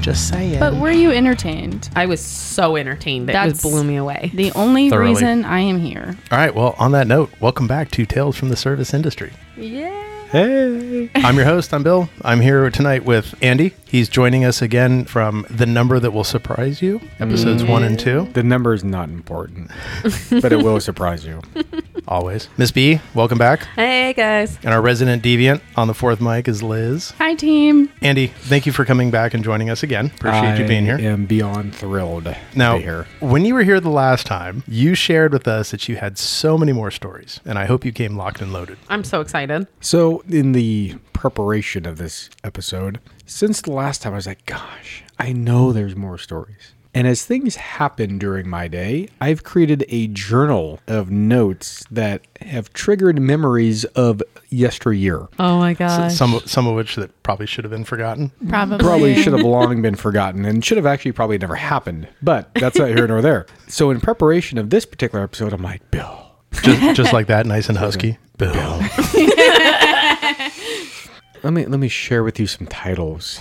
Just saying. But were you entertained? I was so entertained. That That's- just blew me away. The only Thoroughly. reason I am here. All right. Well, on that note, welcome back to Tales from the Service Industry. Yeah. Hey. I'm your host. I'm Bill. I'm here tonight with Andy. He's joining us again from The Number That Will Surprise You, episodes one and two. The number is not important, but it will surprise you. Always. Miss B, welcome back. Hey guys. And our resident deviant on the fourth mic is Liz. Hi, team. Andy, thank you for coming back and joining us again. Appreciate you being here. I am beyond thrilled Now, to be here. when you were here the last time, you shared with us that you had so many more stories, and I hope you came locked and loaded. I'm so excited. So, in the preparation of this episode, since the last time, I was like, gosh, I know there's more stories. And as things happen during my day, I've created a journal of notes that have triggered memories of yesteryear. Oh my gosh. Some, some of which that probably should have been forgotten. Probably. probably should have long been forgotten and should have actually probably never happened, but that's not here nor there. So, in preparation of this particular episode, I'm like, Bill, Just, just like that, nice and husky. Bill. let me let me share with you some titles.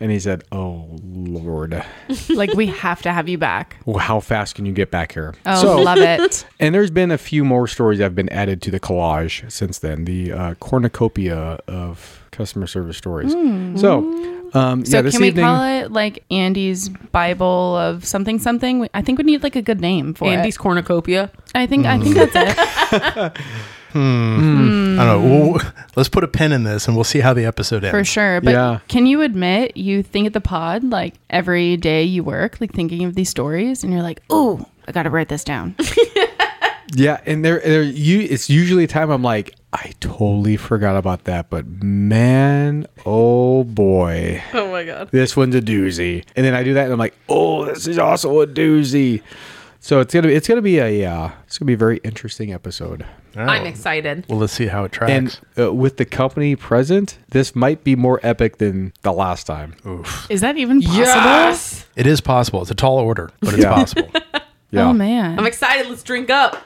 And he said, "Oh Lord, like we have to have you back. well, how fast can you get back here?" Oh, so, love it. and there's been a few more stories that have been added to the collage since then. The uh, cornucopia of customer service stories. So, um, Hmm. So yeah, this can we evening, call it like Andy's Bible of something something? We- I think we need like a good name for Andy's it. cornucopia. I think I Mm-hmm. think that's it. I don't know. We'll, let's put a pin in this and we'll see how the episode ends. For sure. But Yeah. can you admit you think at the pod like every day you work, like thinking of these stories and you're like, "Ooh, I got to write this down." Yeah, and there, there, you. It's usually a time I'm like, I totally forgot about that, but man, oh boy, Oh my god. this one's a doozy. And then I do that, and I'm like, oh, this is also a doozy. So it's gonna, it's gonna be a, uh, it's gonna be a very interesting episode. All right. I'm excited. Well, let's see how it tracks. And uh, with the company present, this might be more epic than the last time. Is that even possible? it is possible. It's a tall order, but it's Yeah. possible. Yeah. Oh man. I'm excited. Let's drink up.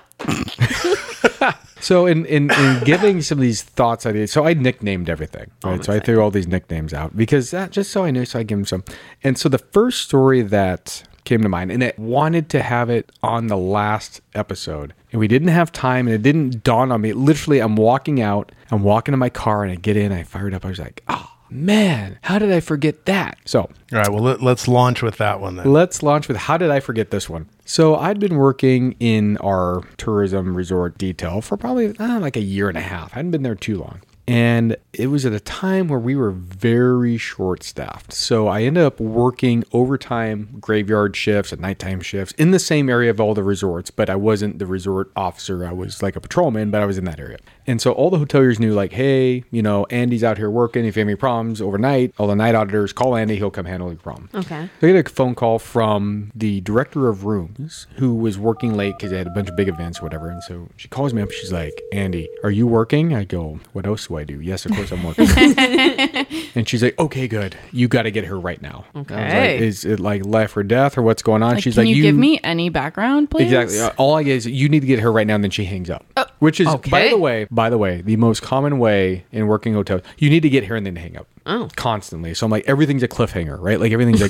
So in, in, in giving some of these thoughts, I did. So I nicknamed everything. Right. so I threw all these nicknames out because that, just so I knew, so I give them some. And so the first story that came to mind, and it wanted to have it on the last episode, and we didn't have time, and it didn't dawn on me. Literally, I'm walking out, I'm walking to my car, and I get in, I fired up, I was like, oh man, how did I forget that? So All right. Well, let, let's launch with that one then. Let's launch with how did I forget this one? So I'd been working in our tourism resort detail for probably uh, like a year and a half. I hadn't been there too long. And it was at a time where we were very short staffed. So I ended up working overtime graveyard shifts and nighttime shifts in the same area of all the resorts, but I wasn't the resort officer. I was like a patrolman, but I was in that area. And so all the hoteliers knew, like, hey, you know, Andy's out here working. If you have any problems overnight, all the night auditors call Andy, he'll come handle your problem. Okay. So I get a phone call from the director of rooms who was working late because they had a bunch of big events or whatever. And so she calls me up. She's like, Andy, are you working? I go, What else do I do? Yes, of course I'm working. and she's like, Okay, good. You got to get here right now. Okay. Okay. Is it like life or death or what's going on? Like, she's can like, you, give me any background, please? Exactly. Uh, All I get is you need to get her right now, and then she hangs up. Oh, Which is, by okay. the way, by the way, the most common way in working hotels. You need to get here and then hang up. Oh. Constantly. So I'm like, everything's a cliffhanger, right? Like everything's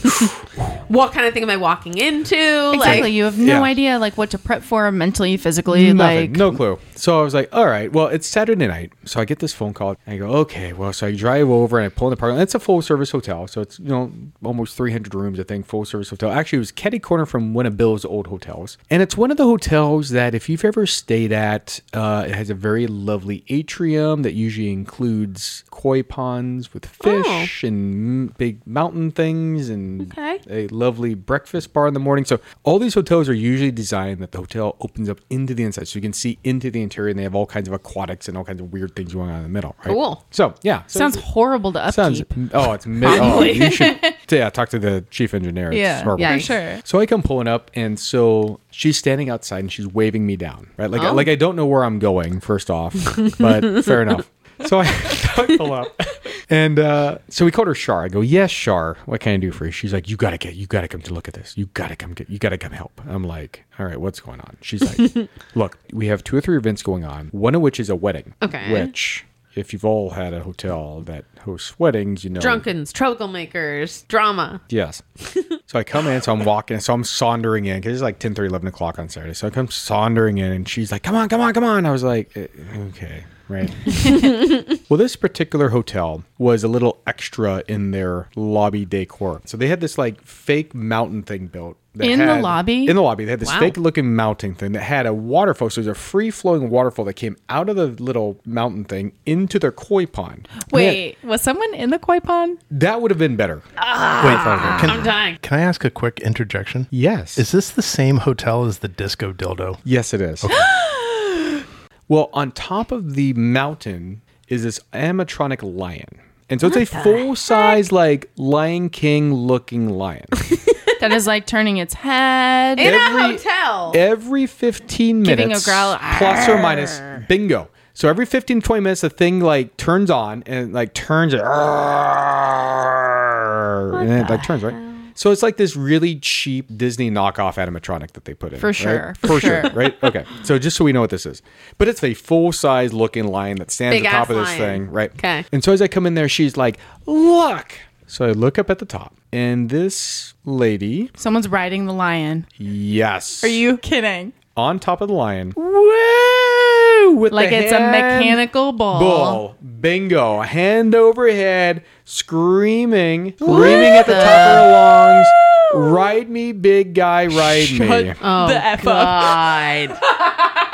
like. What kind of thing am I walking into? Exactly. Like, you have no yeah. idea like what to prep for mentally, physically, Nothing. like no clue. So I was like, all right, well, it's Saturday night. So I get this phone call. And I go, okay, well, so I drive over and I pull in the parking lot. It's a full service hotel. So it's, you know, almost 300 rooms, I think, full service hotel. Actually, it was Ketty Corner from one of Bill's old hotels. And it's one of the hotels that if you've ever stayed at, uh, it has a very lovely atrium that usually includes koi ponds with fish and m- big mountain things and Okay. a lovely breakfast bar in the morning. So all these hotels are usually designed that the hotel opens up into the inside, so you can see into the interior, and they have all kinds of aquatics and all kinds of weird things going on in the middle. Right? Cool. So yeah, so sounds horrible to upkeep. sounds. Oh, it's mi- oh, you should yeah talk to the chief engineer. It's yeah, horrible. for Yikes. sure. So I come pulling up, and so she's standing outside, and she's waving me down, right? Oh. Like, like I don't know where I'm going. First off, but fair enough. So I, so I pull up, and uh, so we called her Shar. I go, "Yes, Shar. What can I do for you?" She's like, "You gotta get, you gotta come to look at this. You gotta come get, you gotta come help." I'm like, "All right, what's going on?" She's like, "Look, we have two or three events going on. One of which is a wedding. Okay. Which." if you've all had a hotel that hosts weddings, you know. Drunkens, troublemakers, drama. Yes. so I come in, so I'm walking, so I'm sauntering in because it's like 10, 11 o'clock on Saturday. So I come sauntering in and she's like, come on, come on, come on. I was like, "Eh, okay, right. well, this particular hotel was a little extra in their lobby decor. So they had this like fake mountain thing built. that In the lobby? In the lobby. They had this Wow. fake looking mountain thing that had a waterfall. So it was a free flowing waterfall that came out of the little mountain thing into their koi pond. They had- Wait, was someone in the koi pond? that would have been better. Ah. Wait, I'm can, dying. can I ask a quick interjection? Yes. Is this the same hotel as the Disco Dildo? Yes, it is. well, on top of the mountain is this animatronic lion. And so it's a full size, like Lion King looking lion. That is like turning its head. In Every- a hotel. Every 15 Giving a minutes, growl, plus or minus, bingo. So every 15, 20 minutes, the thing like turns on and like turns it. and it like turns, right? So it's like this really cheap Disney knockoff animatronic that they put in. For right? sure, for For sure. sure. Right? Okay. So just so we know what this is. But it's a full size looking lion that stands Big at the top ass of this lion. thing. Right. Okay. And so as I come in there, she's like, look. So I look up at the top and this lady, Someone's riding the lion. yes. Are you kidding? on top of the lion? Woo! With Like the it's a hand- mechanical ball. bull. Bingo. Hand over head, screaming, screaming at the top of her lungs. Ride me, big guy, ride me. Oh, the F up. God.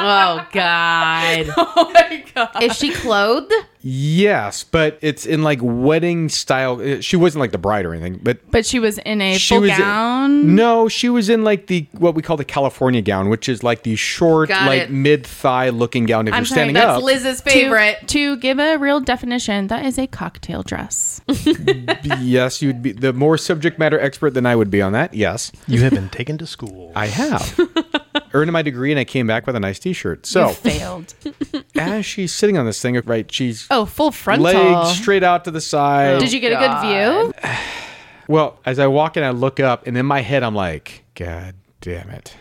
oh, God. Oh my god. Is she clothed? Yes, but it's in like wedding style. Uh, She wasn't like the bride or anything, but But she was in a she full was gown. no, she was in like the what we call the California gown, which is like the short, Got like it. mid thigh looking gown. If I'm you're sorry, standing that's up, Liz's To- favorite. To, give a real definition, that is a cocktail dress. yes, you'd be the more subject matter expert than I would be on that. Yes. You have been taken to school. I have. Earned my degree and I came back with a nice t shirt. You So failed. as she's sitting on this thing, right, she's Oh, full frontal. legs straight out to the side. Did you get a good view? well, as I walk in, I look up and in my head I'm like, God damn it.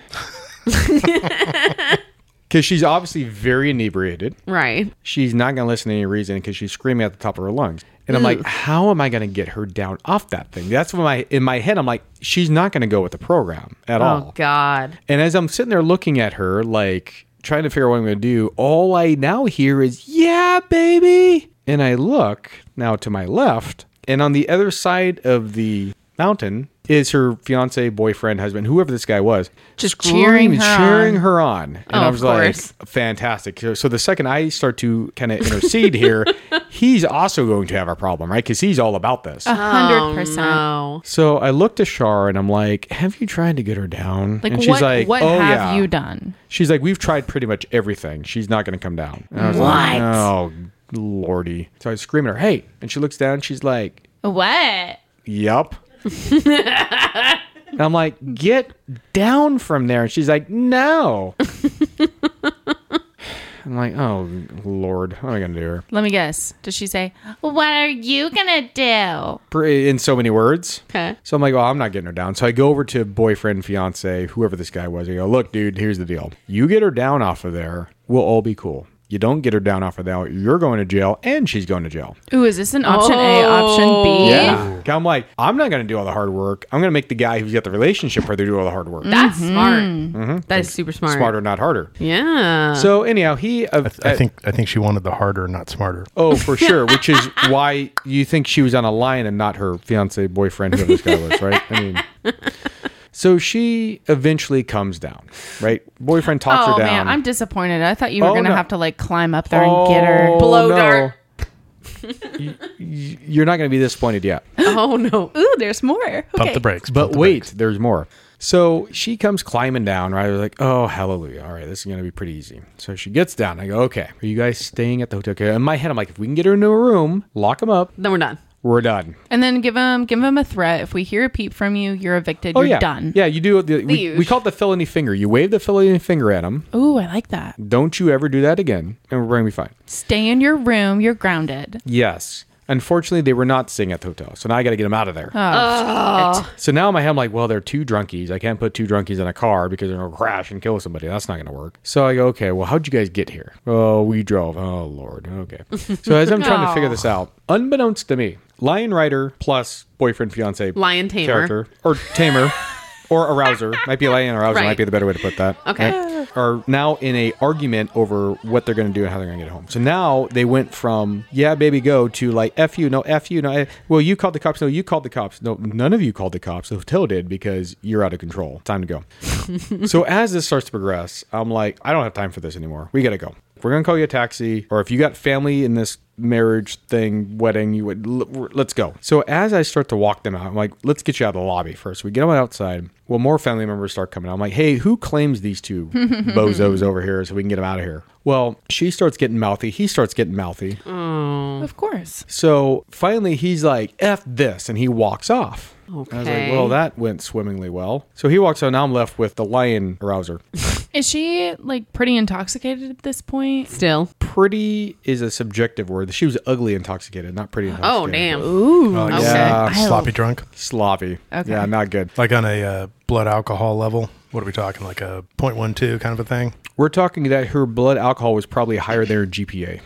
Because she's obviously very inebriated. Right. She's not going to listen to any reason because she's screaming at the top of her lungs. And I'm like, how am I going to get her down off that thing? That's when my in my head I'm like, she's not going to go with the program at all. Oh, God. And as I'm sitting there looking at her, like trying to figure out what I'm going to do, all I now hear is, yeah, baby. And I look now to my left, and on the other side of the mountain is her fiance, boyfriend, husband, whoever this guy was, Just cheering screaming, her cheering on. her on. And Oh, I of was like, course. fantastic. So, so the second I start to kind of intercede here, he's also going to have a problem, right? Because he's all about this. A hundred percent. No. So I looked to Shar and I'm like, "Have you tried to get her down?" Like and "Oh, what? what have you done? She's like, we've tried pretty much everything. She's not going to come down. And I was like, What? oh, lordy. So I scream at her, hey. And she looks down. She's like, What? yup. and I'm like, get down from there. And she's like, no. I'm like, oh, Lord. What am I going to do her? Let me guess. Does she say, "What are you gonna do?" Pr- In so many words. Okay. So I'm like, oh, I'm not getting her down. So I go over to boyfriend, fiance, whoever this guy was. I go, look, dude, here's the deal. You get her down off of there, we'll all be cool. You don't get her down off of there, you're going to jail, and she's going to jail. Ooh, is this an option A, option B? Yeah. I'm like, I'm not going to do all the hard work. I'm going to make the guy who's got the relationship with her do all the hard work. Mm. That's smart. That is super smart. Mm-hmm. Smarter, not harder. Yeah. So anyhow, he. Uh, I think I think she wanted the harder, not smarter. Oh, for sure. Which is why you think she was on a lion and not her fiance, boyfriend, whoever this guy was, right? I mean, so she eventually comes down, right? Boyfriend talks Oh her man, down. I'm disappointed. I thought you were Oh, gonna no. have to like climb up there and get her. Blow dart. Y- y- You're not going to be disappointed yet. oh, no. Ooh, there's more. Pump the brakes. But pump the wait, brakes. there's more. So she comes climbing down, right? I was like, oh, hallelujah. All right, this is going to be pretty easy. So she gets down. I go, okay, are you guys staying at the hotel? Okay. In my head, I'm like, if we can get her into a room, lock them up, Then we're done. we're done. And then give him give him a threat. If we hear a peep from you, you're evicted. you're Oh, yeah. done. Yeah, you do. The, we, huge. we call it the felony finger. You wave the felony finger at them. Ooh, I like that. Don't you ever do that again, and we're going to be fine. Stay in your room. You're grounded. Yes. Unfortunately, they were not staying at the hotel. So now I got to get them out of there. Oh, So now in my head, I'm like, well, they're two drunkies. I can't put two drunkies in a car because they're going to crash and kill somebody. That's not going to work. So I go, okay, well, how'd you guys get here? Oh, we drove. Oh, Lord. Okay. So as I'm trying to figure this out, unbeknownst to me, Lion Rider plus boyfriend, fiance, Lion tamer. character, or tamer. Or arouser might be a lion arouser might Right. be the better way to put that. Okay. right? Are now in a argument over what they're going to do and how they're going to get home. So now they went from yeah, baby, go to like f you, no f you, no. eh, Well, you called the cops. No, you called the cops. No, none of you called the cops. The hotel did because you're out of control. Time to go. so as this starts to progress, I'm like, I don't have time for this anymore. We got to go. We're gonna call you a taxi, or if you got family in this marriage thing, wedding, you would l- let's go. So as I start to walk them out, I'm like, let's get you out of the lobby first. We get them outside. Well, more family members start coming. out. I'm like, hey, who claims these two bozos over here so we can get them out of here? Well, she starts getting mouthy. He starts getting mouthy. Of course. So finally, he's like, "F this," and he walks off. I was like, Okay. well, that went swimmingly well. So he walks out. Now I'm left with the lion rouser. Is she like pretty intoxicated at this point? Still. pretty is a subjective word. She was ugly intoxicated, not pretty intoxicated. Oh damn. Ooh. Oh, Okay. yeah. I- Sloppy drunk. Sloppy. Okay. Yeah, not good. Like on a uh, blood alcohol level. What are we talking? Like a 0.12 kind of a thing? We're talking that her blood alcohol was probably higher than her GPA.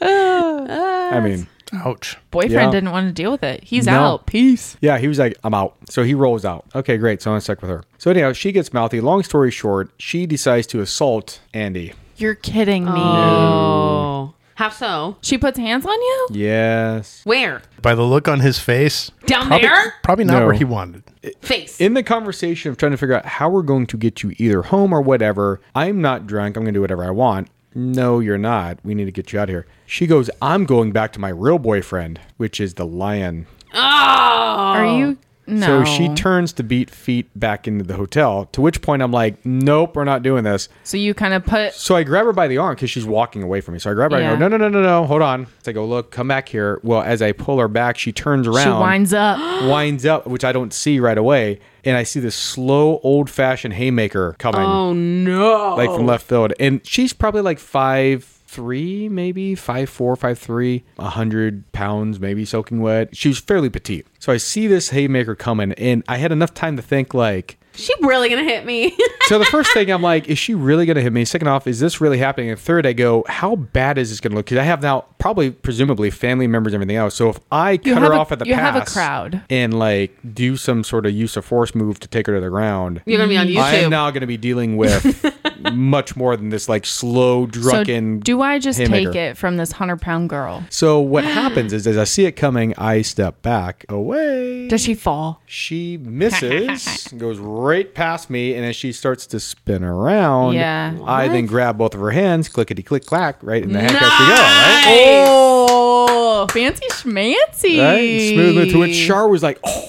I mean, Ouch. Boyfriend Yeah. didn't want to deal with it. He's No. out. Peace. yeah, he was like, I'm out. So he rolls out. Okay, great. So I'm stuck with her. So anyhow, she gets mouthy. Long story short, she decides to assault Andy. You're kidding me. Oh. How so? She puts hands on you? Yes. Where? By the look on his face, Down probably, there? probably not No. where he wanted. Face. In the conversation of trying to figure out how we're going to get you either home or whatever, I'm not drunk. I'm going to do whatever I want. No, you're not. We need to get you out of here. She goes, I'm going back to my real boyfriend, which is the lion. oh. Are Are you? No. Oh. So she turns to beat feet back into the hotel, to which point I'm like, nope, we're not doing this. So you kind of put. So I grab her by the arm because she's walking away from me. So I grab her Yeah. and I go, no, no, no, no, no, hold on. So I go, look, come back here. Well, as I pull her back, she turns around She winds up. winds up, which I don't see right away, and I see this slow, old fashioned haymaker coming, Oh no. like from left field, and she's probably like five three, maybe five four, five three, a hundred pounds, maybe soaking wet. She was fairly petite, so I see this haymaker coming, and I had enough time to think like. she really gonna hit me. So the first thing I'm like, is she really going to hit me? Second off, is this really happening? And third, I go, how bad is this going to look? Because I have now probably presumably family members and everything else. So if I You cut her have a- off at the you pass have a crowd. and like do some sort of use of force move to take her to the ground, You're gonna be on I YouTube. am now going to be dealing with much more than this like slow So drunken. do I just haymaker. take it from this 100 pound girl? So what happens is, as I see it coming, I step back away. Does she fall? She misses, goes right past me, and as she starts to spin around, Yeah. I then grab both of her hands, clickety click clack, right in the handcuffs we go, right? Nice. Oh, fancy schmancy. Right? Smooth move to which Char was like, oh.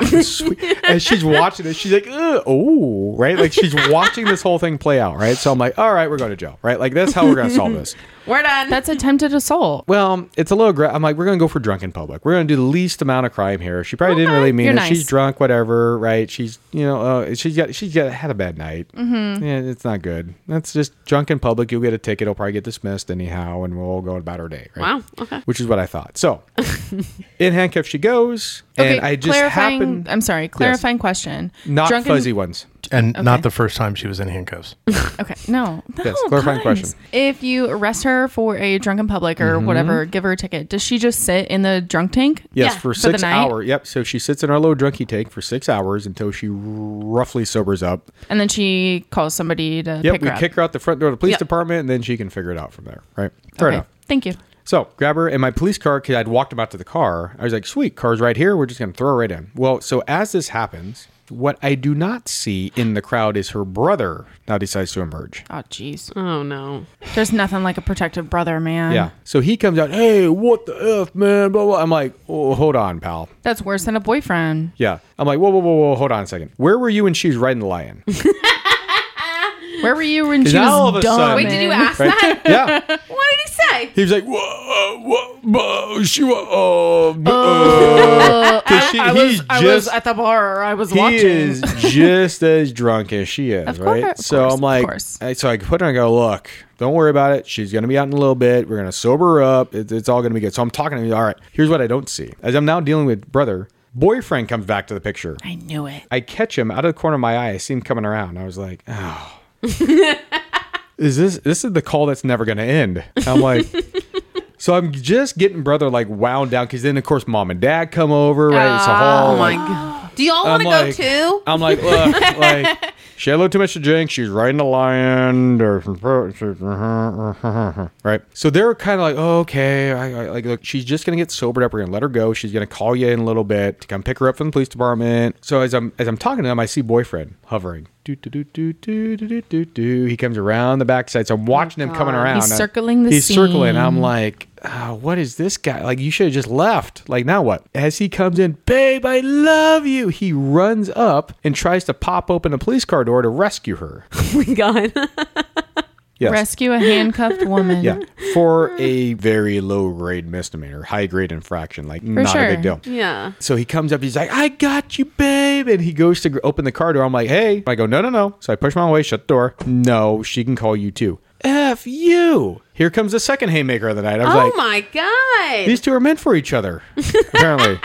That was sweet. and she's watching it. She's like, "Ugh, oh, right? Like she's watching this whole thing play out, right? So I'm like, all right, we're going to jail, right? Like that's how we're going to solve this. We're done. That's attempted assault. Well, it's a little. Gra- I'm like, we're gonna go for drunk in public. We're gonna do the least amount of crime here. She probably didn't Okay, really mean you're it. nice. She's drunk, whatever, right? She's, you know, uh, she's got, she's got, had a bad night. Mm-hmm. Yeah, it's not good. That's just drunk in public. You'll get a ticket. It'll probably get dismissed anyhow, and we'll all go about our day. Right? Wow, okay. Which is what I thought. So, in handcuffs she goes, and I just clarifying. happened I'm sorry. Clarifying question. not Drunken- fuzzy ones. And not the first time she was in handcuffs. Okay. No. no Yes, clarifying guys. question. Mm-hmm. If you arrest her for a drunken public or whatever, give her a ticket. Does she just sit in the drunk tank? Yes, Yeah. for For the six night? hours. Yep. So she sits in our little drunkie tank for six hours until she roughly sobers up. And then she calls somebody to Yep, pick we her up. kick her out the front door of the police Yep. department, and then she can figure it out from there. Right? Fair okay. enough. Thank you. So grab her in my police car because I'd walked him out to the car. I was like, "Sweet, car's right here. We're just gonna throw her right in." Well, so as this happens, what I do not see in the crowd is her brother now decides to emerge. Oh, jeez. oh no. There's nothing like a protective brother, man. Yeah. So he comes out, "Hey, what the f, man?" Blah blah. I'm like, "Oh, hold on, pal." That's worse than a boyfriend. Yeah. I'm like, "Whoa, whoa, whoa, whoa, hold on a second. Where were you when she was riding the lion?" Where were you when she now was all of a dumb? sudden- Wait, did you man? ask that? right? yeah. What did he say? He was like, whoa, whoa, whoa, she, wa- oh, b- uh." 'Cause she- Oh. I he's was, I was just- at the bar. I was he watching. is just as drunk as she is, Of course, right? of so course, I'm of like, course. I- so I put her and go, look, Don't worry about it. She's going to be out in a little bit. We're going to sober her up. It, it's all going to be good. So I'm talking to him. All right, here's what I don't see. As I'm now dealing with brother, boyfriend comes back to the picture. I knew it. I catch him out of the corner of my eye. I see him coming around. I was like, oh. is this this is the call that's never going to end? I'm like, so I'm just getting brother like wound down because then of course mom and dad come over right. It's a whole Oh my like, god. Do y'all want I'm to like, go too? I'm like, look, like she had a little too much to drink. She's riding the lion, or right. So they're kind of like, oh, okay, I, I, like, look, she's just gonna get sobered up. We're gonna let her go. She's gonna call you in a little bit to come pick her up from the police department. So as I'm as I'm talking to him, I see boyfriend hovering. Do, do, do, do, do, do, do, do, do. He comes around the backside. So I'm watching him coming God. around. He's circling the He's circling. scene. I'm like, "Ah, what is this guy? Like, you should have just left. Like, now what? As he comes in, babe, I love you. He runs up and tries to pop open the police car door to rescue her. Oh my god. Yes. Rescue a handcuffed woman. yeah. For a very low grade misdemeanor, high grade infraction. Like, not a big sure. deal. yeah. So he comes up, he's like, I got you, babe. And he goes to gr- open the car door. I'm like, hey. I go, no, no, no. So I push my way, shut the door. No, she can call you too. F you. Here comes the second haymaker of the night. I was Oh like, my god. These two are meant for each other, apparently.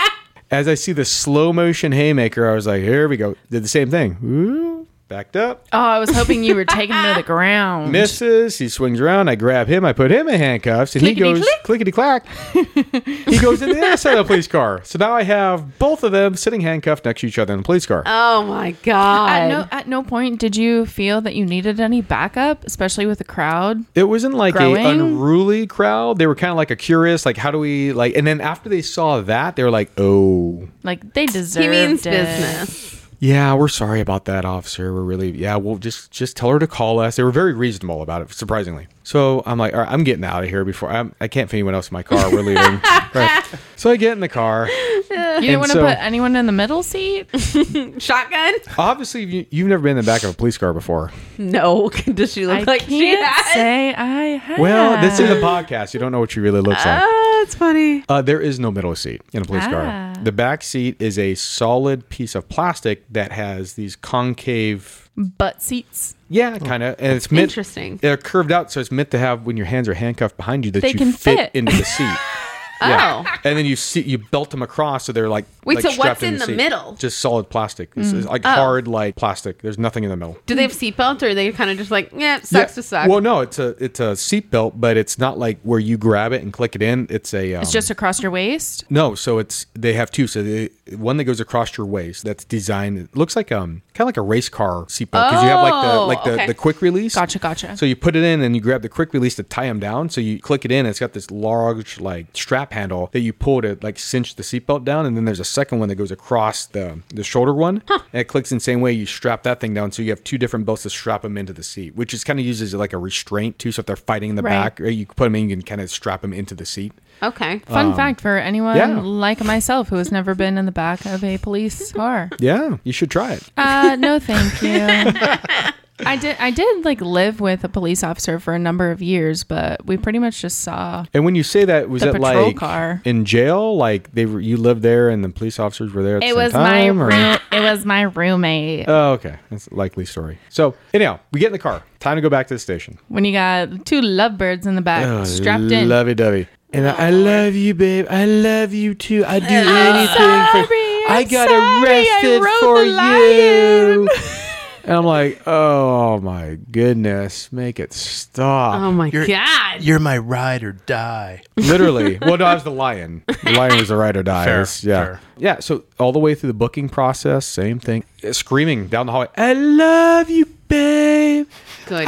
As I see the slow motion haymaker, I was like, here we go. Did the same thing. Ooh, backed up. Oh, I was hoping you were taking him to the ground. Misses. He swings around. I grab him. I put him in handcuffs. And he goes clickety clack. he goes in the other side of the police car. So now I have both of them sitting handcuffed next to each other in the police car. oh my god. At no, at no point did you feel that you needed any backup, especially with the crowd. It wasn't like Growing? a unruly crowd. They were kind of like a curious, like, how do we, like, and then after they saw that, they were like, oh, Like they deserved he means it. business. Yeah, we're sorry about that, officer. We're really yeah. We'll just just tell her to call us. They were very reasonable about it, surprisingly. So I'm like, all right, I'm getting out of here before I'm, I can't fit anyone else in my car. We're leaving. Right. So I get in the car. You didn't And want to so- put anyone in the middle seat. Shotgun? Obviously, you, you've never been in the back of a police car before. No. Does she look I like she can't has? say I have. Well, this is a podcast. You don't know what she really looks like. Oh, it's funny. Uh, there is no middle seat in a police Ah. car. The back seat is a solid piece of plastic that has these concave butt seats. Yeah, kind of. And it's Oh, meant, interesting. They're curved out, so it's meant to have when your hands are handcuffed behind you that They you can fit, fit. into the seat. Oh. and then you see you belt them across, so they're like Wait, like so what's strapped in the seat. middle? Mm. Oh. Just solid plastic. It's it's like hard like plastic. There's nothing in the middle. Do they have seatbelts or are they kind of just like, Mm. yeah, sucks Yeah. to suck? Well, no, it's a it's a seat belt, but it's not like where you grab it and click it in. It's a um, It's just across your waist. no. So it's they have two. So they, one that goes across your waist that's designed. It looks like um kind of like a race car seatbelt because you have like the Oh, like the, okay. the quick release. Gotcha, gotcha. So you put it in and you grab the quick release to tie them down. So you click it in. It's got this large like strap handle that you pull to like cinch the seatbelt down. And then there's a second one that goes across the the shoulder one. And it clicks in the same way. You strap that thing down. So you have two different belts to strap them into the seat, which is kind of used as like a restraint too. So if they're fighting in the Right. back, or you put them in, you can kind of strap them into the seat. okay. Fun fact for anyone Um, yeah. like myself who has never been in the back of a police car. Yeah, you should try it. Uh, no, thank you. I did. I did like live with a police officer for a number of years, but we pretty much just saw. And when you say that, was The it patrol like car. in jail? Like they were, you lived there and the police officers were there at the It same was my time? or- roo- it was my roommate. Oh, okay. That's a likely story. So, anyhow, we get in the car. Time to go back to the station. When you got two lovebirds in the back, strapped in. Lovey dovey. Oh, And I, I love you, babe. I love you too. I'd do anything for I'm sorry, I rode the you. and I'm like, oh my goodness, make it stop. Oh my You're- god. You're my ride or die. Literally. Well, no, I was the lion. The lion was the ride or die. Fair, It's- yeah. fair. Yeah. So all the way through the booking process, same thing. Uh, Screaming down the hallway, I love you, babe. Good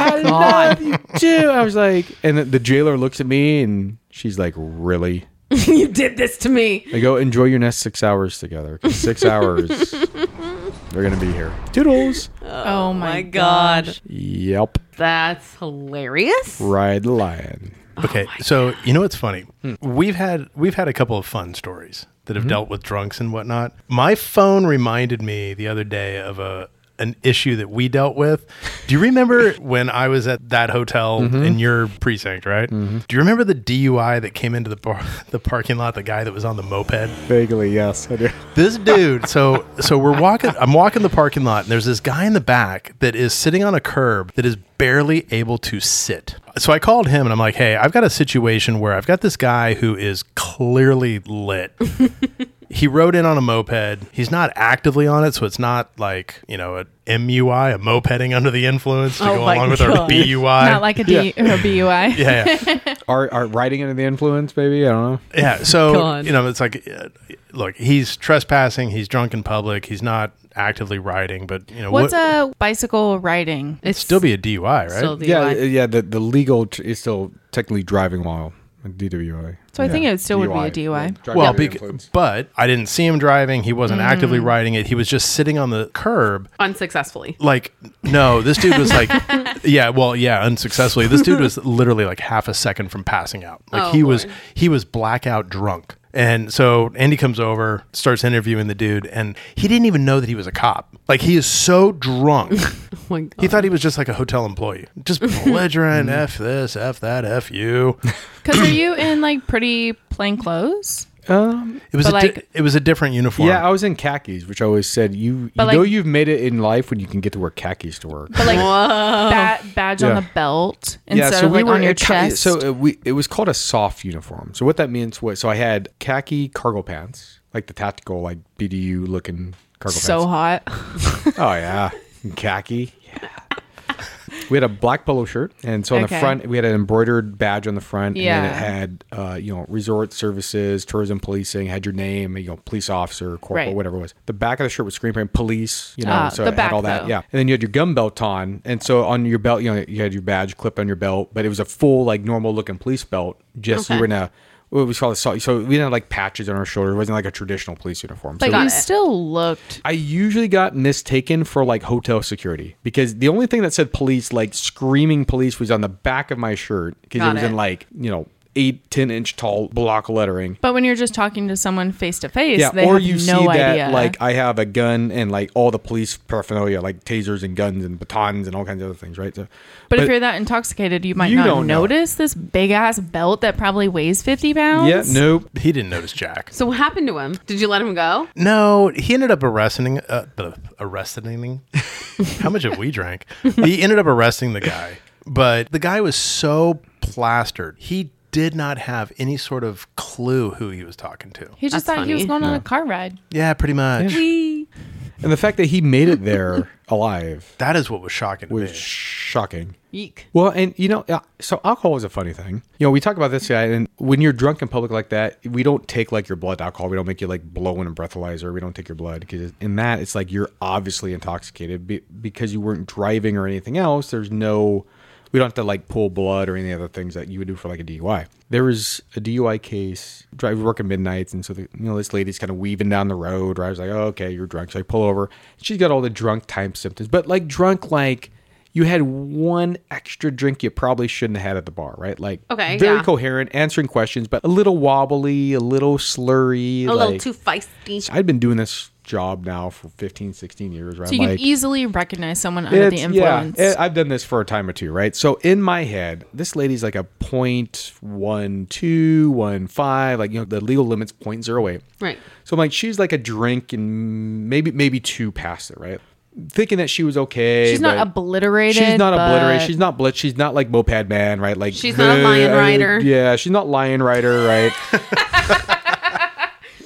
I god. love you too. I was like, and the, the jailer looks at me and she's like, really? you did this to me. I go, enjoy your next six hours together. 'cause Six hours. They're going to be here. Toodles. Oh my, My god. gosh. Yep. That's hilarious. Ride the lion. Oh Okay, so you know what's funny? We've had we've had a couple of fun stories that have dealt with drunks and whatnot. My phone reminded me the other day of a an issue that we dealt with. Do you remember when I was at that hotel in your precinct, right? Do you remember the DUI that came into the bar, the parking lot, the guy that was on the moped? Vaguely, yes. I do. this dude so so we're walking i'm walking the parking lot and there's this guy in the back that is sitting on a curb that is barely able to sit so i called him and i'm like hey i've got a situation where i've got this guy who is clearly lit he rode in on a moped he's not actively on it so it's not like you know a mui a mopeding under the influence to Oh go my along with our God. bui Not like a, D- or a BUI. yeah, yeah. Are, are writing under the influence, maybe? I don't know. Yeah. So, God. you know, it's like, uh, look, he's trespassing. He's drunk in public. He's not actively riding, but, you know, What's what, a bicycle riding? It's still be a DUI, right? still DUI. Yeah, yeah. The, the legal tr- is still technically driving while DWI. So I think it still would be a DUI. well, bec- but I didn't see him driving. He wasn't actively riding it. He was just sitting on the curb. unsuccessfully. Like, no, this dude was like, yeah, well, yeah, unsuccessfully. This dude was literally like half a second from passing out. Like Oh, he was, Lord. he was blackout drunk. And so Andy comes over, starts interviewing the dude, and he didn't even know that he was a cop. Like he is so drunk Oh my God. He thought he was just like a hotel employee, just Mm. belligerent. f this, f that, f you. Because are you in like pretty plain clothes? um, It was a But di- like- it was a different uniform. yeah, I was in khakis, which I always said you you But, like- know you've made it in life when you can get to wear khakis to work. But like Whoa. that badge on Yeah. the belt instead of like on your it- chest. So uh, we it was called a soft uniform. So what that means was so I had khaki cargo pants, like the tactical like BDU looking cargo so pants. hot. Oh yeah, khaki. Yeah. We had a black polo shirt, and so on the Okay. front we had an embroidered badge on the front, Yeah. and then it had uh, you know resort services, tourism policing, had your name, you know police officer, corporal, Right. whatever it was. The back of the shirt was screen print police, you know, Ah, so the it back, had all that, though. yeah. And then you had your gun belt on, and so on your belt, you know, you had your badge clipped on your belt, but it was a full like normal looking police belt. Just you Okay. were in a what was called a so so we didn't have like patches on our shoulder. It wasn't like a traditional police uniform. But so you it. still looked. I usually got mistaken for like hotel security because the only thing that said police, like screaming police, was on the back of my shirt because it Got was in it. like, you know, eight, 10 inch tall block lettering. But when you're just talking to someone face to face, Yeah, they or have you no see that idea. like I have a gun and like all the police paraphernalia, like tasers and guns and batons and all kinds of other things, right? So, but, if you're that intoxicated, you might You not don't know. notice this big ass belt that probably weighs 50 pounds. yeah, nope. he didn't notice Jack. So what happened to him? Did you let him go? No, he ended up arresting uh, uh, arresting. How much have we drank? He ended up arresting the guy, but the guy was so plastered. He did not have any sort of clue who he was talking to. He just That's thought he was funny. going on a car ride. Yeah, pretty much. And the fact that he made it there alive That is what was shocking to was me. shocking. Yeek. Well, and you know, uh, so alcohol is a funny thing. You know, we talk about this guy, and when you're drunk in public like that, we don't take like your blood alcohol. We don't make you like blow in a breathalyzer. We don't take your blood because in that, it's like you're obviously intoxicated be- because you weren't driving or anything else. There's no, we don't have to like pull blood or any other things that you would do for like a DUI. There was a DUI case. Drive work at midnights, and so the, you know this lady's kind of weaving down the road. Right, I was like, oh, okay, you're drunk. So I pull over. She's got all the drunk time symptoms, but like drunk like you had one extra drink you probably shouldn't have had at the bar, right? Like, Okay, very yeah. coherent, answering questions, but a little wobbly, a little slurry. A little like- too feisty. I'd been doing this job now for 15, 16 years, right? So you can like, easily recognize someone under the it's- influence. Yeah, I- I've done this for a time or two, right? So in my head, this lady's like a point one two, one five, like you know the legal limit's point zero eight. Right. So I'm like, she's like a drink and maybe maybe two past it, right? Thinking that she was okay. She's not but- obliterated. She's not obliterated. but- She's not blitz. She's not like Moped Man, right? Like She's not a lion uh, rider. Yeah, she's not Lion Rider, right?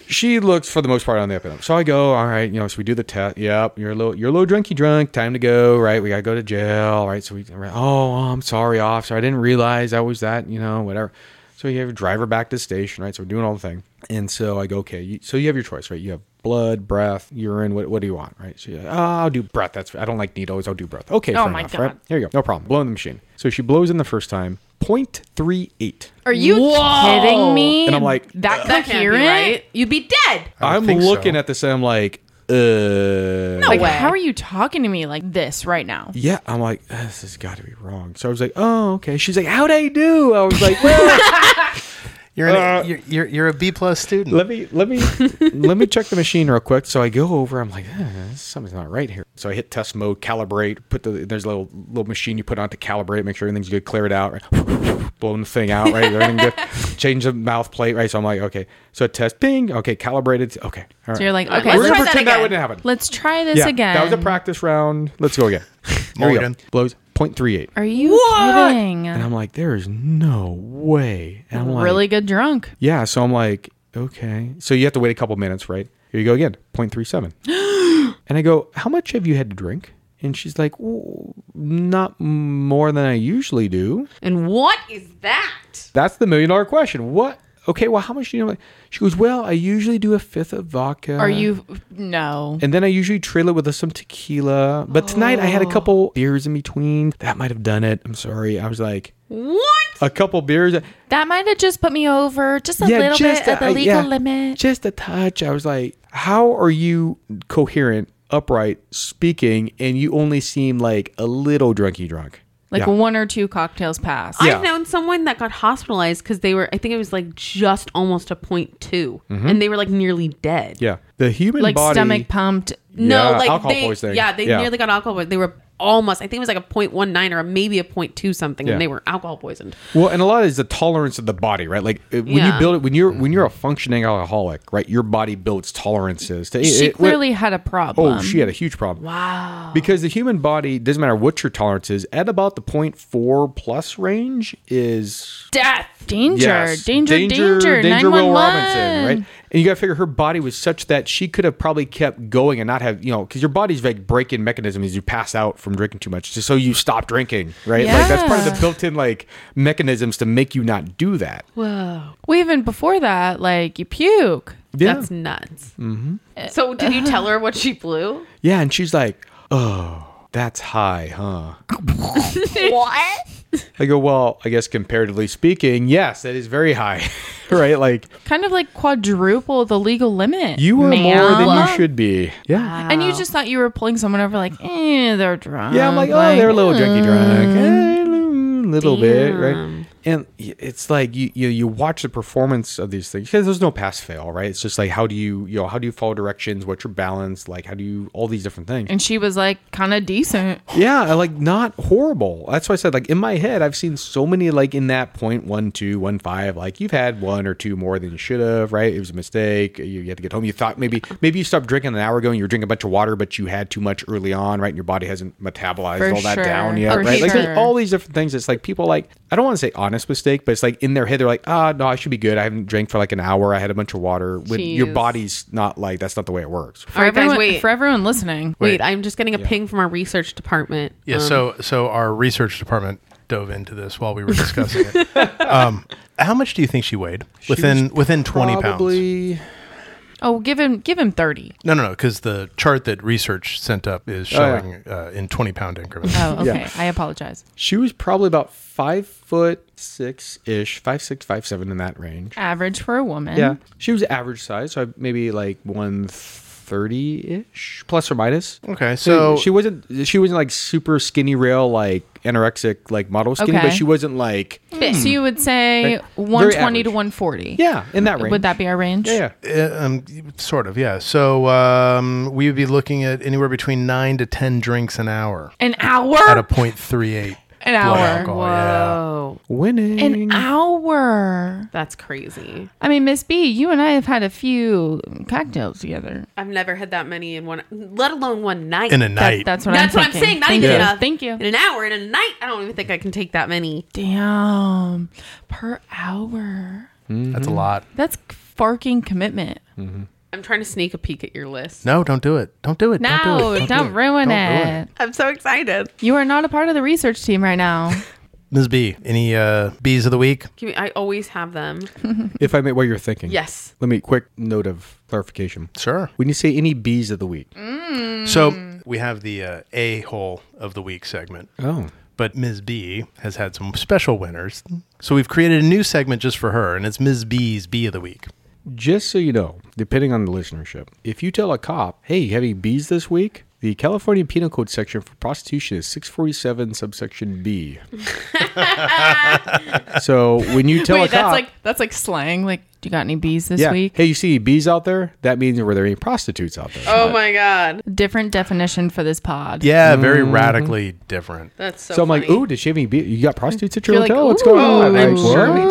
she looks for the most part on the up and up. So I go, all right, you know, so we do the test. Yep, you're a little, you're a little drunky drunk. Time to go, right? We gotta go to jail, right? So we, we're, oh, I'm sorry, officer. I didn't realize I was that, you know, whatever. So you have your driver back to the station, right? So we're doing all the thing. And so I go, okay, you, so you have your choice, right? You have blood, breath, urine. What, what do you want, right? So you're like, oh, I'll do breath. That's I don't like needles. I'll do breath. Okay, Oh fair my enough, God. right? Here you go. No problem. Blowing the machine. So she blows in the first time, 0.38. Are you Whoa. kidding me? And I'm like, that, That can't be coherent? right. You'd be dead. I I'm don't think looking so. at this and I'm like, uh. No Like, way. how are you talking to me like this right now? Yeah, I'm like, "Ah, this has got to be wrong. So I was like, oh, okay. She's like, how'd I do? I was like, well, You're an, Uh, you're, you're you're a B plus student. Let me let me let me check the machine real quick. So I go over. I'm like, eh, something's not right here. So I hit test mode, calibrate. Put the there's a little little machine you put on to calibrate, make sure everything's good, clear it out, right? blown the thing out, right? Is Everything good. Change the mouth plate, right? So I'm like, okay. So I test, ping, okay, calibrated, okay. All right. So you're like, right, okay, We're let's try try, gonna that pretend that, again. wouldn't happen. let's try this again. That was a practice round. Let's go again. Here we go. Mulligan. Blows 0.38. Are you What? kidding? And I'm like, there is no way. And I'm like, really good drunk. Yeah. So I'm like, okay. So you have to wait a couple minutes, right? Here you go again, 0.37. and I go, how much have you had to drink? And she's like, "Well, not more than I usually do. And what is that? That's the million dollar question. What? Okay, well, how much do you know? She goes, well, I usually do a fifth of vodka. Are you no? And then I usually trail it with uh, some tequila. But tonight I Oh. had a couple beers in between. That might have done it. I'm sorry. I was like, What? a couple beers. That might have just put me over just a little bit at the a- uh, legal yeah, limit. Just a touch. I was like, how are you coherent, upright, speaking, and you only seem like a little drunky drunk? like yeah. one or two cocktails past. Yeah. I've known someone that got hospitalized because they were, I think it was like just almost a point two, and they were like nearly dead. yeah. The human Like body. stomach pumped. No, Yeah, like alcohol they, poisoning. yeah, they Yeah. nearly got alcohol poisoning. They were almost, I think it was like a point one nine or maybe a point two something, Yeah. and they were alcohol poisoned. Well, and a lot is the tolerance of the body, right? Like uh, when you Yeah. build it, when you're when you're a functioning alcoholic, right? Your body builds tolerances. To, She it- it- clearly had a problem. Oh, she had a huge problem. Wow. Because the human body doesn't matter what your tolerance is at about the 0.4 plus range is death, danger, Yes. danger, danger, danger, Will Robinson, 911. right? And you got to figure her body was such that she could have probably kept going and not have, you know, because your body's like breaking mechanism is you pass out from drinking too much, so you stop drinking, right? Like that's part of the Yeah. built-in like mechanisms to make you not do that. Whoa, Well, even before that, like you puke. Yeah. that's nuts. Mm-hmm. So, did you tell her what she blew? yeah, and she's like, oh. That's high, huh? what? I go, well, I guess comparatively speaking, yes, that is very high, right? Like, Kind of like quadruple the legal limit. you were more ma'am. than you should be. Yeah. And you just thought you were pulling someone over, like, eh, they're drunk. Yeah, I'm like, oh, they're a little drunky drunk, Eh, a little bit, right? Damn. And y- it's like you you you watch the performance of these things because there's no pass fail, right? It's just like how do you you know how do you follow directions? What's your balance? Like how do you all these different things? And she was like, kind of decent. yeah, I like not horrible. That's why I said like in my head I've seen so many like in that point one two one five like you've had one or two more than you should have, right? It was a mistake. You, you had to get home. You thought maybe maybe you stopped drinking an hour ago and you were drinking a bunch of water, but you had too much early on, right? And your body hasn't metabolized For all that sure. down yet, For right? Like there's sure. all these different things. It's like people like I don't want to say honest mistake, but it's like in their head they're like, ah, no, I should be good. I haven't drank for like an hour. I had a bunch of water. When your Jeez. body's not like that's not the way it works. For, All right, guys, everyone, wait. for everyone listening. Wait, Wait. I'm just getting a ping from our research department. Yeah. Um, so so our research department dove into this while we were discussing it. Um, how much do you think she weighed within within twenty pounds? Probably. Oh, give him give him 30. No, no, no. Because the chart that research sent up is yeah. showing uh, in twenty pound increments. Oh, okay. Yeah. I apologize. She was probably about five foot six ish, five six, five seven in that range. Average for a woman. Yeah, she was average size, so maybe like one thirty ish, plus or minus. Okay, so- she wasn't she wasn't like super skinny rail like anorexic like model skinny, but Okay. she wasn't like Hmm. So you would say Right. Very 120 to average. 140. yeah in that range. Would that be our range? yeah? yeah. Uh, um, sort of, yeah. So um, we would be looking at anywhere between nine to ten drinks an hour An hour? at a point three eight An hour. Yeah. Whoa, Winning. An hour. Oh, that's crazy. I mean, Miss B, you and I have had a few cocktails together. I've never had that many in one, let alone one night. in a That- night. that's what, that's I'm, what I'm thinking. saying. Not Thank even you. enough. Thank you. In an hour, in a night, I don't even think I can take that many. Damn. Per hour. That's a lot. That's farking commitment. I'm trying to sneak a peek at your list. No, don't do it. Don't do it. No, don't do it. don't, ruin it. I'm so excited. You are not a part of the research team right now. Ms. B, any uh, bees of the week? Give me, I always have them. If I may, what you're thinking? Yes. Let me quick note of clarification. Sure. When you say any bees of the week, So we have the uh, a hole of the week segment, oh, but Ms. B has had some special winners. So we've created a new segment just for her, and it's Ms. B's Bee of the Week. Just so you know, depending on the listenership, if you tell a cop, hey, you have any bees this week? The California Penal Code section for prostitution is 647 subsection B. so when you tell a Wait, cop, that's like that's like slang. Like, do you got any bees this yeah, week? hey, you see bees out there? That means were there any prostitutes out there? Oh my god, Different definition for this pod. Yeah, very radically different. that's so. So, I'm like, funny. ooh, did she have any bees? You got prostitutes at your You're like, hotel? What's ooh. going on? Oh, I'm I'm sure me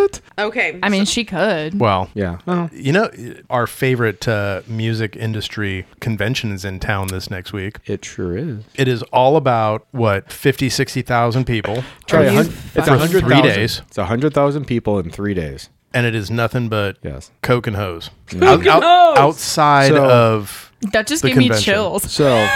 "What?" Okay, I mean, she could. Well, Yeah. Oh. you know, our favorite uh, music industry convention is in town this next week. It sure is. It is all about what 50, 60,000 people, Charlie, you a hun- it's For a hundred three thousand. days. It's a hundred thousand people in three days. and it is nothing but Yes. coke and hose. and hose! outside So- of That just The gave me convention. chills. So,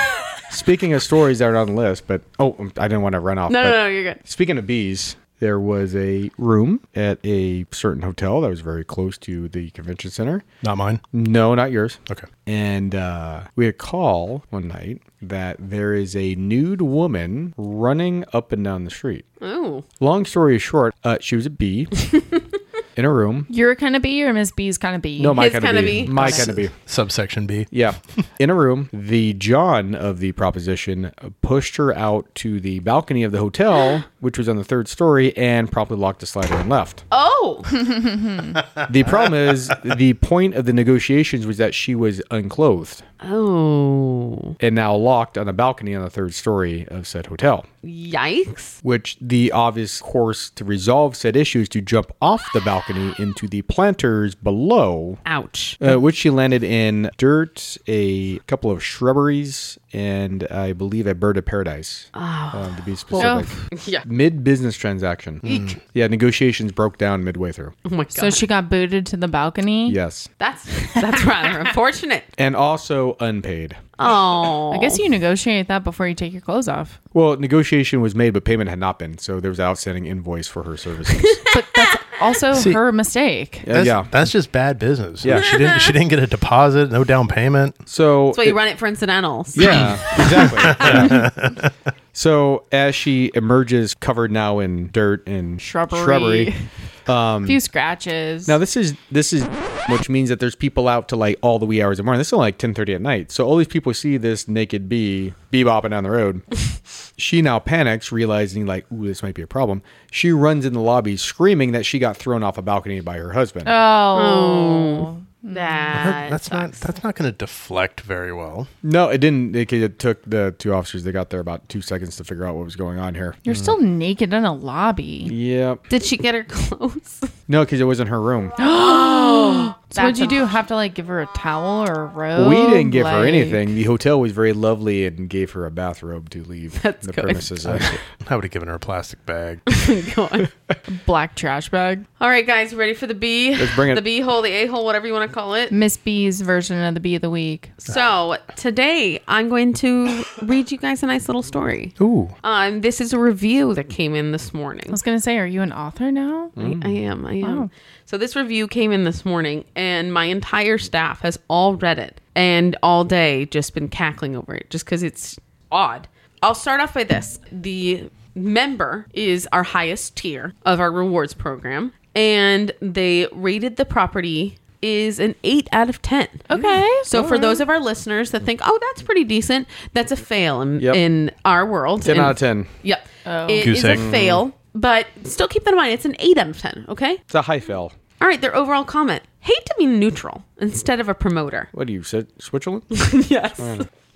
speaking of stories that are on the list, but oh, I didn't want to run off. no, but no, no, you're good. Speaking of bees, there was a room at a certain hotel that was very close to the convention center. not mine. No, not yours. Okay. And uh, we had a call one night that there is a nude woman running up and down the street. Ooh, Long story short, uh, she was a bee in a room. You're a kind of bee or Miss B's kind of bee? No, my His kind of kinda bee. bee. My kind of bee. Subsection B. Yeah. In a room, the John of the proposition pushed her out to the balcony of the hotel, which was on the third story, and promptly locked the slider and left. oh, The problem is, the point of the negotiations was that she was unclothed oh, and now locked on the balcony on the third story of said hotel. yikes! Which the obvious course to resolve said issue is to jump off the balcony into the planters below Ouch! uh, which she landed in dirt, a couple of shrubberies, and I believe a bird of paradise, Ah. um, Oh. to be specific. Yeah. Mid business transaction. Mm. Yeah, negotiations broke down midway through. Oh my god. So she got booted to the balcony. Yes. that's that's rather unfortunate. And also unpaid. Oh, I guess you negotiate that before you take your clothes off. Well, negotiation was made, but payment had not been. So there was an outstanding invoice for her services. But that's also her mistake. Uh, That's, yeah. that's just bad business. Yeah. Yeah, she didn't. She didn't get a deposit, no down payment. So that's why it- you run it for incidentals. Yeah, Mm-hmm. exactly. Yeah. So as she emerges, covered now in dirt and Shrubbery. shrubbery A few scratches. Now this is this is which means that there's people out to like all the wee hours of the morning. This is only like ten thirty at night. So all these people see this naked bee bebopping down the road. she now panics, realizing like, ooh, this might be a problem. She runs in the lobby screaming that she got thrown off a balcony by her husband. Oh. oh. that that's not. That's not going to deflect very well. no, it didn't. It, it took the two officers that got there about two seconds to figure out what was going on here. You're still naked in a lobby. Yeah. Did she get her clothes? No, because it wasn't her room. Oh, So what'd you do? Have to like give her a towel or a robe? We didn't give her Like- anything. The hotel was very lovely and gave her a bathrobe to leave That's the good. premises. I would have given her a plastic bag. God. Black trash bag. All right, guys, ready for the B? Let's bring it. The B hole, the A hole, whatever you want to call it. Miss B's version of the bee of the week. So today I'm going to read you guys a nice little story. Ooh, Um, this is a review that came in this morning. I was gonna say, are you an author now? Hmm? I, I am. I am. So this review came in this morning, and my entire staff has all read it and all day just been cackling over it, just because it's odd. I'll start off by this: the member is our highest tier of our rewards program, and they rated the property is an eight out of ten. Okay. So for those of our listeners that think, "Oh, that's pretty decent," that's a fail in, Yep. in our world. ten And- out of ten. Yep. Oh. It Goose is egg. a fail, but still keep that in mind. It's an eight out of ten. Okay. It's a high fail. All right. Their overall comment: hate to be neutral instead of a promoter. What do you said, Switzerland? yes.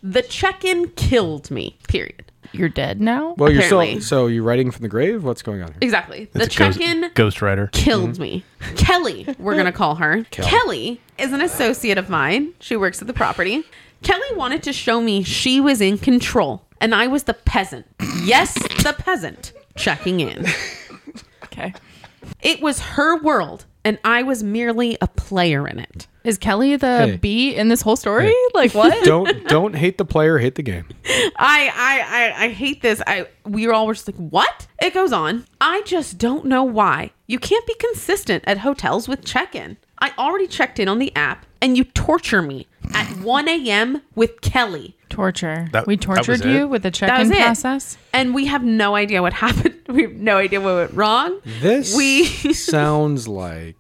The check-in killed me. Period. You're dead now. Well, you're still Apparently. so you're writing from the grave. What's going on here? Exactly. The check-in ghostwriter. killed me. Kelly, we're going to call her. Kelly is an associate of mine. She works at the property. Kelly wanted to show me she was in control and I was the peasant. Yes, the peasant checking in. Okay. It was her world and I was merely a player in it. Is Kelly the Hey. bee in this whole story? Like what? Don't don't hate the player, hate the game. I I I, I hate this. I we were all just like, what? It goes on. I just don't know why you can't be consistent at hotels with check-in. I already checked in on the app, and you torture me at 1 a.m. with Kelly. Torture. That- we that was tortured it? you with the That check-in was it. process. And we have no idea what happened. We have no idea what went wrong. This we sounds like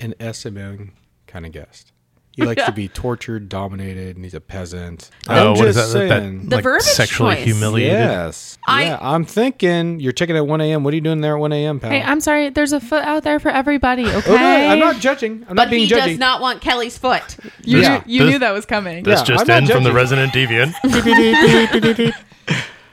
an SMN kind of guest. He likes to be tortured, dominated, and he's a peasant. Oh, I'm what is just that? That, saying. that, The like verbiage sexually choice. humiliated. yes. I- yeah, I'm thinking you're checking at 1 a.m. What are you doing there at 1 a.m., pal? Hey, I'm sorry. There's a foot out there for everybody. Okay. Oh, no, I'm not judging. I'm not But being he judgy. does not want Kelly's foot. You, Yeah. you knew This- that was coming. This Yeah, just I'm in not from the judging. resident deviant.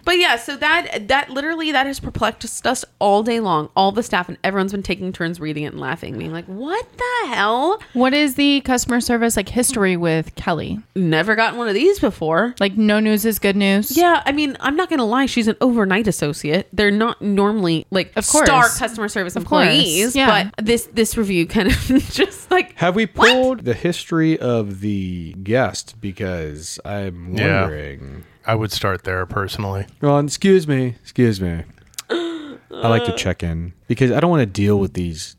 But yeah, so that that literally that has perplexed us all day long. All the staff and everyone's been taking turns reading it and laughing, being like, "What the hell? What is the customer service like history with Kelly? Never gotten one of these before." Like, no news is good news. Yeah, I mean, I'm not gonna lie. She's an overnight associate. They're not normally like Of course. star customer service course, employees. yeah. But this this review kind of just like Have we pulled the history of the guest? Because I'm Yeah. wondering. I would start there personally. Ron, excuse me. Excuse me. I like to check in because I don't want to deal with these.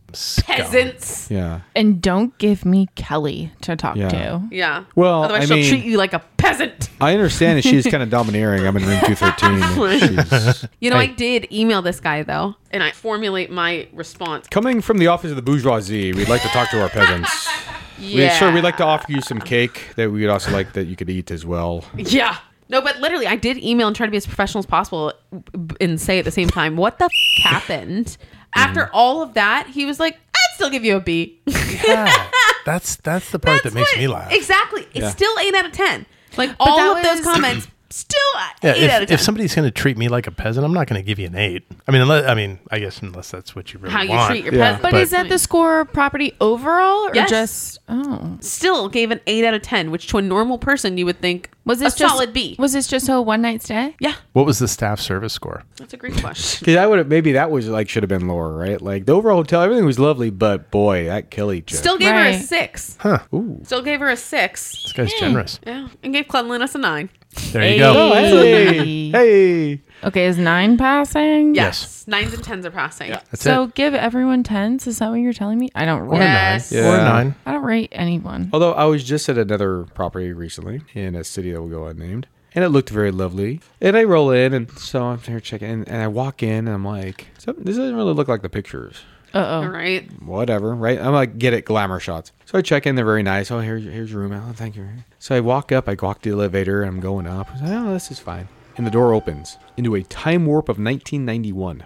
peasants. Yeah. And don't give me Kelly to talk Yeah. to. Yeah. Well, otherwise I she'll mean- treat you like a peasant. I understand that she's kind of domineering. I'm in room 213. She's You know, Hey. I did email this guy though, and I formulate my response. coming from the office of the bourgeoisie. We'd like to talk to our peasants. Yeah, We, sir, we'd like to offer you some cake that we would also like that you could eat as well. Yeah. No, but literally, I did email and try to be as professional as possible b- and say at the same time, what the f- happened? After Mm-hmm. all of that, he was like, I'd still give you a B. Yeah, that's that's the part that That's makes what- me laugh. Exactly. Yeah. It's still 8 out of 10. Like, all that of those was- comments, still uh, 8 Yeah, out of if, 10. if somebody's going to treat me like a peasant, I'm not going to give you an eight. I mean, unless I mean, I guess unless that's what you really How you want. treat your Yeah. peasant. But, is that the score property overall or Yes. just oh still gave an 8 out of 10, which to a normal person, you would think was a this just solid B. Was this just a one night stay? yeah, What was the staff service score? that's a great question. Because I would have maybe that was like should have been lower, right? Like the overall hotel, everything was lovely, but boy, that Kelly chick. Still gave her a Right. 6. Ooh. Still gave her a 6. This guy's Hmm. generous. Yeah. And gave cleanliness a 9. There you go. Oh, Hey. hey, hey. Okay, is nine passing? Yes. Yes. Nines and tens are passing. That's So it. give everyone tens. Is that what you're telling me? I don't Or a rate. Yes. nine. Or a Yeah. nine. I don't rate anyone. Although I was just at another property recently in a city that will go unnamed, and it looked very lovely. And I roll in, and so I'm here checking, in, and I walk in, and I'm like, "So- this doesn't really look like the pictures. Uh All oh. right. Whatever, right? I'm like, get it, glamour shots. So I check in, they're very nice. Oh, here's, here's your room. Oh, thank you. So I walk up, I walk to the elevator, and I'm going up. I was like, oh, this is fine. And the door opens into a time warp of 1991.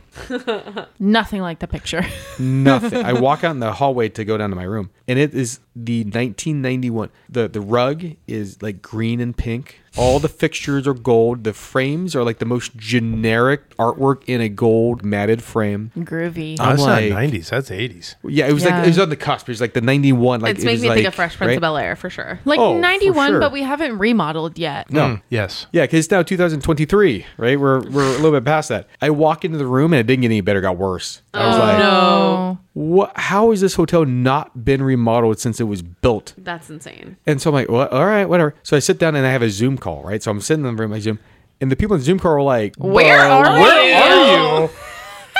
Nothing like the picture. nothing. I walk out in the hallway to go down to my room, and it is the 1991. the The rug is like green and pink. All the fixtures are gold. The frames are like the most generic artwork in a gold matted frame. Groovy. Oh, that's like- not 90s. That's 80s. Yeah, it was like Yeah. it was on the cusp. It was like the 91. Like it's it making was me like, think of Fresh Prince right? of Bel Air for sure. like oh, for 91, sure. but we haven't remodeled yet. Hmm, No. Yes. Yeah, because it's now 2023, right? We're, we're a little bit past that. I walk into the room and it didn't get any better, it got worse. I Oh. Oh, was like, No. what, how has this hotel not been remodeled since it was built? That's insane. And so I'm like, well, all right, whatever. So I sit down and I have a Zoom call, right? So I'm sitting in the room, I Zoom, and the people in the Zoom call are like, Where "Well, are you?" are you?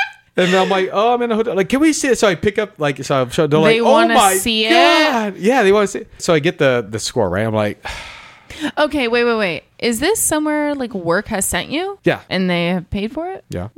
and I'm like, oh, I'm in a hotel. Like, can we see it? So I pick up, like, so I'm showing, they're They like, oh wanna my see it? God. Yeah, they want to see it. So I get the the score, right? I'm like, Okay, wait, wait, wait. Is this somewhere like work has sent you? Yeah. And they have paid for it? yeah.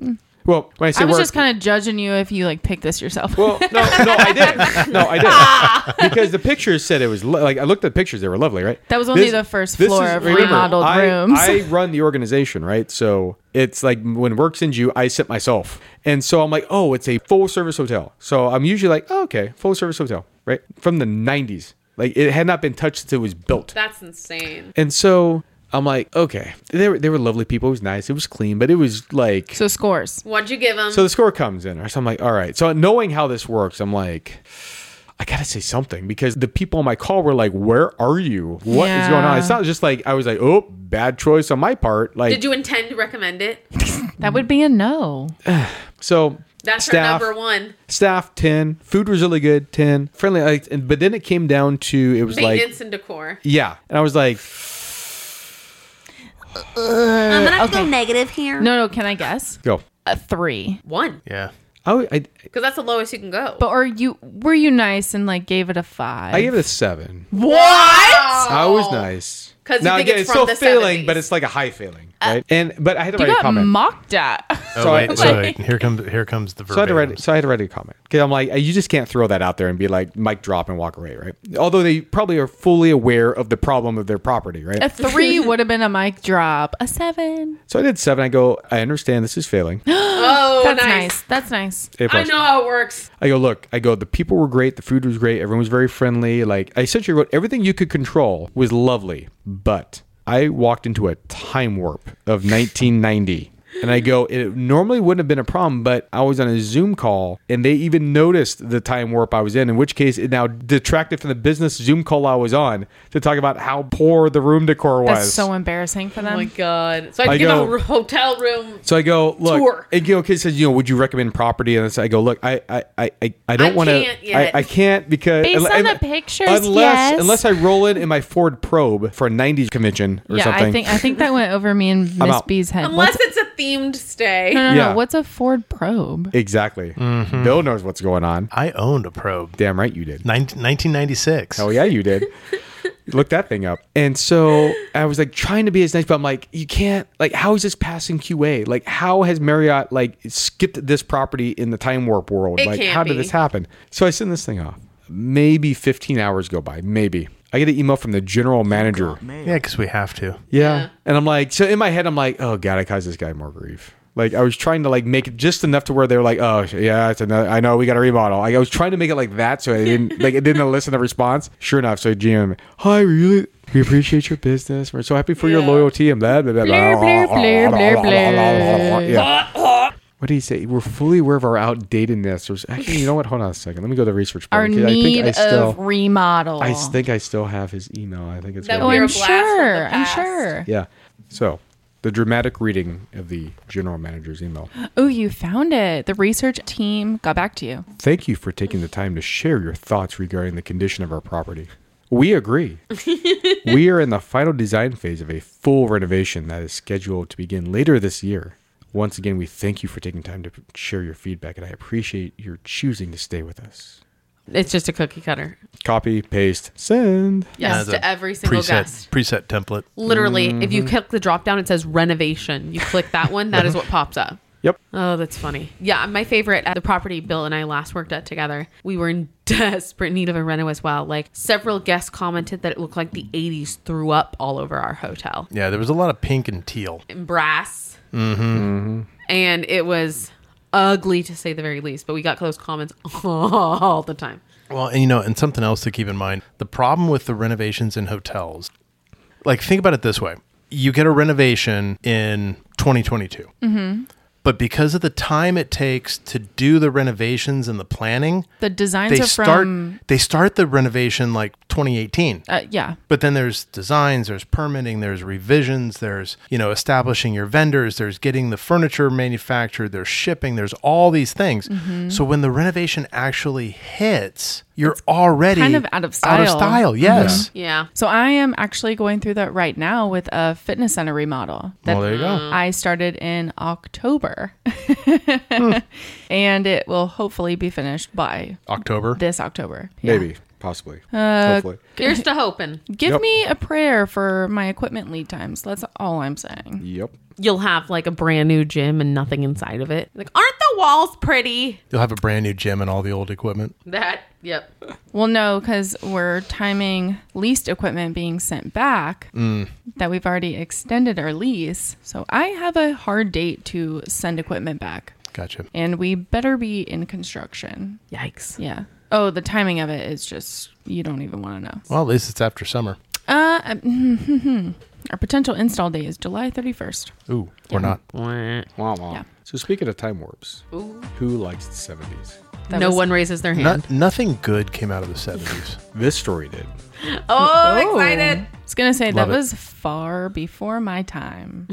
Well, when I Mm. say I was work- just kind of judging you if you like picked this yourself. Well, no, no, I did. No, I did. Because the pictures said it was lo- like I looked at the pictures; they were lovely, right? Ah. That was only the first floor of remodeled I, rooms. I run the organization, right? So it's like when work sends you, I sit myself, and so I'm like, oh, it's a full service hotel. So I'm usually like, oh, okay, full service hotel, right? From the '90s, like it had not been touched since it was built. That's insane. And so I'm like, okay, they were they were lovely people. It was nice. It was clean, but it was like so scores. What'd you give him? so the score comes in. So I'm like, all right. So knowing how this works, I'm like, I gotta say something because the people on my call were like, "Where are you? What is going on?" Yeah. It's not just like I was like, "Oh, bad choice on my part." Like, Did you intend to recommend it? That would be a no. so That's staff her number one. staff ten, food was really good ten, friendly. Like, and, but then it came down to it was like, Maintenance and decor. yeah, and I was like, I'm gonna have to go negative here. No, no, can I guess? go. A 3. One. Yeah. I, w- I, Because that's the lowest you can go. But are you were you nice and like gave it a 5? I gave it a seven. what? Oh. I was nice. 'Cause you think it's from the Uh, failing, 70s. but it's like a high failing, right? and but I had to you write a got comment. mocked at. Oh wait, I, so wait, here comes here comes the so I had to write. verbatims. So I had to write a comment because I'm like, you just can't throw that out there and be like, mic drop and walk away, right? Although they probably are fully aware of the problem of their property, right? A three would have been a mic drop. A seven. so I did seven. I go, I understand this is failing. A Oh, That's nice. That's nice. I plus. know how it works. I go, look, I go, the people were great, the food was great, everyone was very friendly. Like, I essentially wrote everything you could control was lovely, but I walked into a time warp of 1990. And I go, it normally wouldn't have been a problem, but I was on a Zoom call and they even noticed the time warp I was in, in which case it now detracted from the business Zoom call I was on to talk about how poor the room decor was. That's so embarrassing for them. Oh my god! So I, I give go- a r- hotel room. So I go look, Tour. and you know, kid says, you know, would you recommend property? And I go, look, I, I, I, I- I don't I want to, can't I, yet. I can't because Based unle- on the unle- pictures, unless yes. unless I roll in in my Ford Probe for a '90s convention or yeah, something. I think I think that went over me and I'm Miss out. B's head. Unless What's- it's a themed stay. no, no, Yeah. no. What's a Ford probe? exactly. Mm-hmm. Bill knows what's going on. I owned a probe. Damn right you did. 19- 1996. Oh yeah, you did. Look that thing up. And so I was like trying to be as nice, but I'm like, you can't. Like, how is this passing QA? Like, how has Marriott like skipped this property in the time warp world? It like, can't how did be. this happen? So I send this thing off. Maybe 15 hours go by. Maybe I get an email from the Oh, general manager. Yeah, because we have to. Yeah. And I'm like, so in my head, I'm like, oh god, I caused this guy more grief. Like I was trying to like make it just enough to where they were like, oh yeah, it's another. I know we got to remodel. Like I was trying to make it like that, so I didn't like it didn't elicit a response. Sure enough, so GM, hi, really, we appreciate your business. We're so happy for your Yeah. loyalty and blah blah blah. Blur, blur, blur, blur, blur. Yeah. What do you say? We're fully aware of our outdatedness. There's actually, you know what? Hold on a second. Let me go to the research. Our button, 'cause need I think I still, of remodel. I think I still have his email. I think it's That right oh, here. You're a I'm blast from the sure. I'm past. sure. Yeah. So the dramatic reading of the general manager's email. Oh, you found it. The research team got back to you. Thank you for taking the time to share your thoughts regarding the condition of our property. We agree. we are in the final design phase of a full renovation that is scheduled to begin later this year. Once again, we thank you for taking time to share your feedback, and I appreciate your choosing to stay with us. It's just a cookie cutter. Copy, paste, send. Yes, As a to every single preset, guest. Preset template. Literally, if Mm-hmm. you click the drop down, it says renovation. You click that one, that is what pops up. Yep. Oh, that's funny. Yeah, my favorite at the property Bill and I last worked at together. We were in desperate need of a reno as well. Like several guests commented that it looked like the 80s threw up all over our hotel. Yeah, there was a lot of pink and teal. And brass. Mm-hmm. And it was ugly to say the very least, but we got those comments all the time. Well, and you know, and something else to keep in mind the problem with the renovations in hotels, like, think about it this way you get a renovation in 2022. But because of the time it takes to do the renovations and the planning, The designs they are start from. they start the renovation like 2018. Uh, yeah. But then there's designs, there's permitting, there's revisions, there's, you know, establishing your vendors, there's getting the furniture manufactured, there's shipping, there's all these things. Mm-hmm. So when the renovation actually hits, you're already kind of out of Out of style. style, yes. Yeah. So I am actually going through that right now with a fitness center remodel. That Well, there you go. I started in October. Hmm. and it will hopefully be finished by October. this October. Yeah. Uh, Maybe, possibly, hopefully. Here's to hoping Give Yep. me a prayer for my equipment lead times. That's all I'm saying. Yep. you'll have like a brand new gym and nothing inside of it. Like, aren't the walls pretty? You'll have a brand new gym and all the old equipment. That, yep. Well, no, because we're timing leased equipment being sent back Mm. that we've already extended our lease. So I have a hard date to send equipment back. Gotcha. And we better be in construction. Yikes. Yeah. Oh, the timing of it is just, you don't even want to know. Well, at least it's after summer. Uh, um, our potential install date is July 31st. Ooh, or not. Wow, wow. Yeah. So speaking of time warps, who likes the 70s? That no was- one raises their hand. Not, nothing good came out of the 70s. This story did. Oh, I'm Oh. excited. I was going to say, Love that it. was far before my time.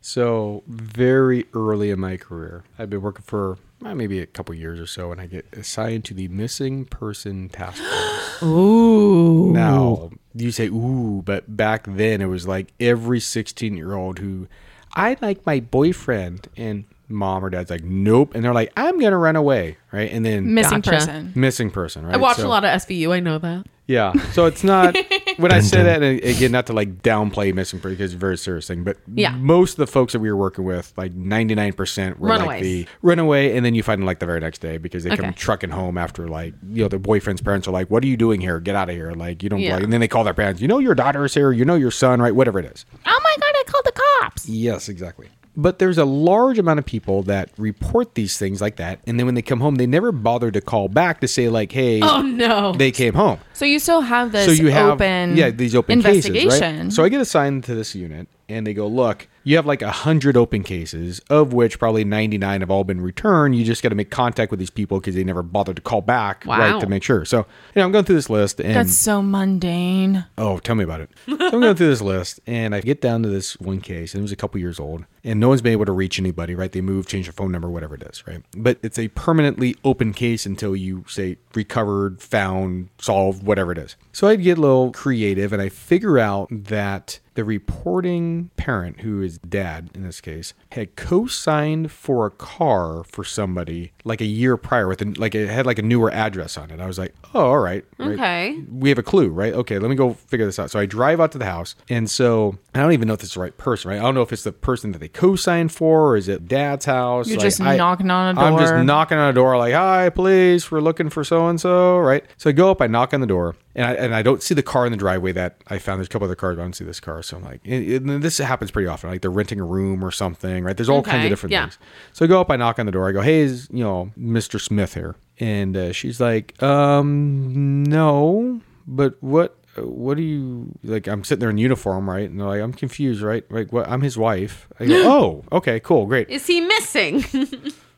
So very early in my career, I've been working for uh, maybe a couple years or so, and I get assigned to the missing person task force. Ooh. now you say ooh, but back then it was like every sixteen-year-old who I like my boyfriend, and mom or dad's like nope, and they're like I'm gonna run away, right? And then Missing Gotcha. person. missing person, right? I watched So- a lot of SVU. I know that. Yeah, so it's not. when I Dun, say dun. that and again, not to like downplay missing pretty because it's a very serious thing, but Yeah. most of the folks that we were working with, like ninety nine percent, were like Runaways. the runaway, and then you find them like the very next day because they come Okay. trucking home after like you know their boyfriend's parents are like, "What are you doing here? Get out of here!" Like you don't, Yeah. like, and then they call their parents. You know your daughter is here. You know your son, right? Whatever it is. Oh my god, I called the cops. Yes, exactly. But there's a large amount of people that report these things like that, and then when they come home, they never bother to call back to say like, "Hey, Oh no. they came home." So you still have this so you have open yeah these open investigation. cases right? so i get assigned to this unit and they go look you have like 100 open cases of which probably 99 have all been returned you just got to make contact with these people because they never bothered to call back Wow. right to make sure so you know i'm going through this list and That's so mundane. oh tell me about it so i'm going through this list and i get down to this one case and it was a couple years old and no one's been able to reach anybody right they moved changed their phone number whatever it is right but it's a permanently open case until you say recovered found solved whatever it is so i'd get a little creative and i figure out that the reporting parent who is dad in this case had co-signed for a car for somebody like a year prior with an, like it had like a newer address on it i was like oh all right right? Okay. we have a clue, right? Okay, let me go figure this out. So I drive out to the house, and so I don't even know if it's the right person, right? I don't know if it's the person that they co-signed for, or is it dad's house? You're Like, just I- knocking on a I'm just door. knocking on a door, like, "Hi, police, we're looking for so and so," right? So I go up, I knock on the door, and I and I don't see the car in the driveway that I found. There's a couple other cars, but I don't see this car, so I'm like, and, and this happens pretty often. Like they're renting a room or something, right? There's all kinds Okay, of different yeah. things. So I go up, I knock on the door. I go, "Hey, is you know Mr. Smith here?" And uh, she's like, "Um, no, but what? What do you like?" I'm sitting there in uniform, right? And they're like, "I'm confused, right? Like, what? I'm his wife." I go, "Oh, okay, cool, great." Is he missing?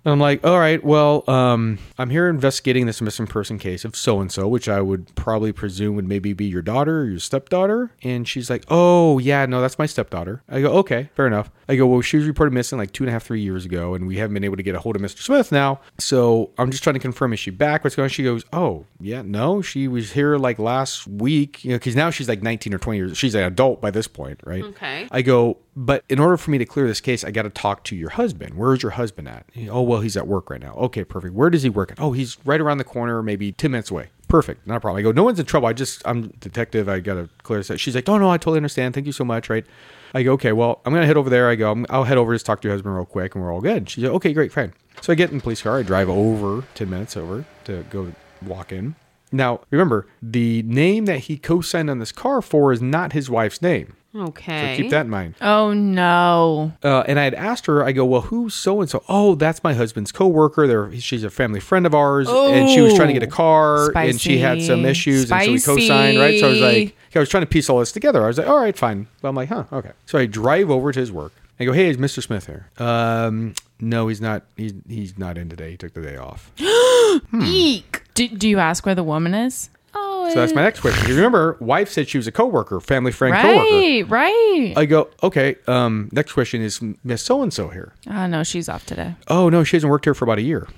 And I'm like, "All right, well, um, I'm here investigating this missing person case of so and so, which I would probably presume would maybe be your daughter or your stepdaughter." And she's like, "Oh, yeah, no, that's my stepdaughter." I go, "Okay, fair enough." I go, "Well, she was reported missing like two and a half, three years ago, and we haven't been able to get a hold of Mr. Smith now. So I'm just trying to confirm is she back? What's going on? She goes, Oh, yeah, no, she was here like last week. You know, because now she's like 19 or 20 years. She's an adult by this point, right? Okay. I go, But in order for me to clear this case, I got to talk to your husband. Where's your husband at? He- oh, well, he's at work right now. Okay, perfect. Where does he work at? Oh, he's right around the corner, maybe 10 minutes away. Perfect, not a problem. I go, no one's in trouble. I just, I'm detective. I gotta clear this. out. She's like, oh no, I totally understand. Thank you so much. Right? I go, okay, well, I'm gonna head over there. I go, I'm, I'll head over, just talk to your husband real quick, and we're all good. She's like, okay, great, fine. So I get in the police car. I drive over 10 minutes over to go walk in. Now, remember, the name that he co signed on this car for is not his wife's name. okay. Keep that in mind. Oh no. Uh, and I had asked her, I go, well, who's so and so? Oh, that's my husband's coworker. They're, she's a family friend of ours. and she was trying to get a car and she had some Oh, Spicy. issues. And so we co signed, right? So I was like, Spicy. I was trying to piece all this together. I was like, all right, fine. But I'm like, huh, okay. So I drive over to his work. I go, hey, is Mr. Smith here? Um, no, he's not. He's, he's not in today. He took the day off. Eek. Do, do you ask where the woman is? Oh, So that's my next question. 'Cause Remember, wife said she was a coworker, family friend, coworker. Uh, right, right. I go, okay. Um, next question is Miss So and So here? oh no, she's off today. Oh no, she hasn't worked here for about a year.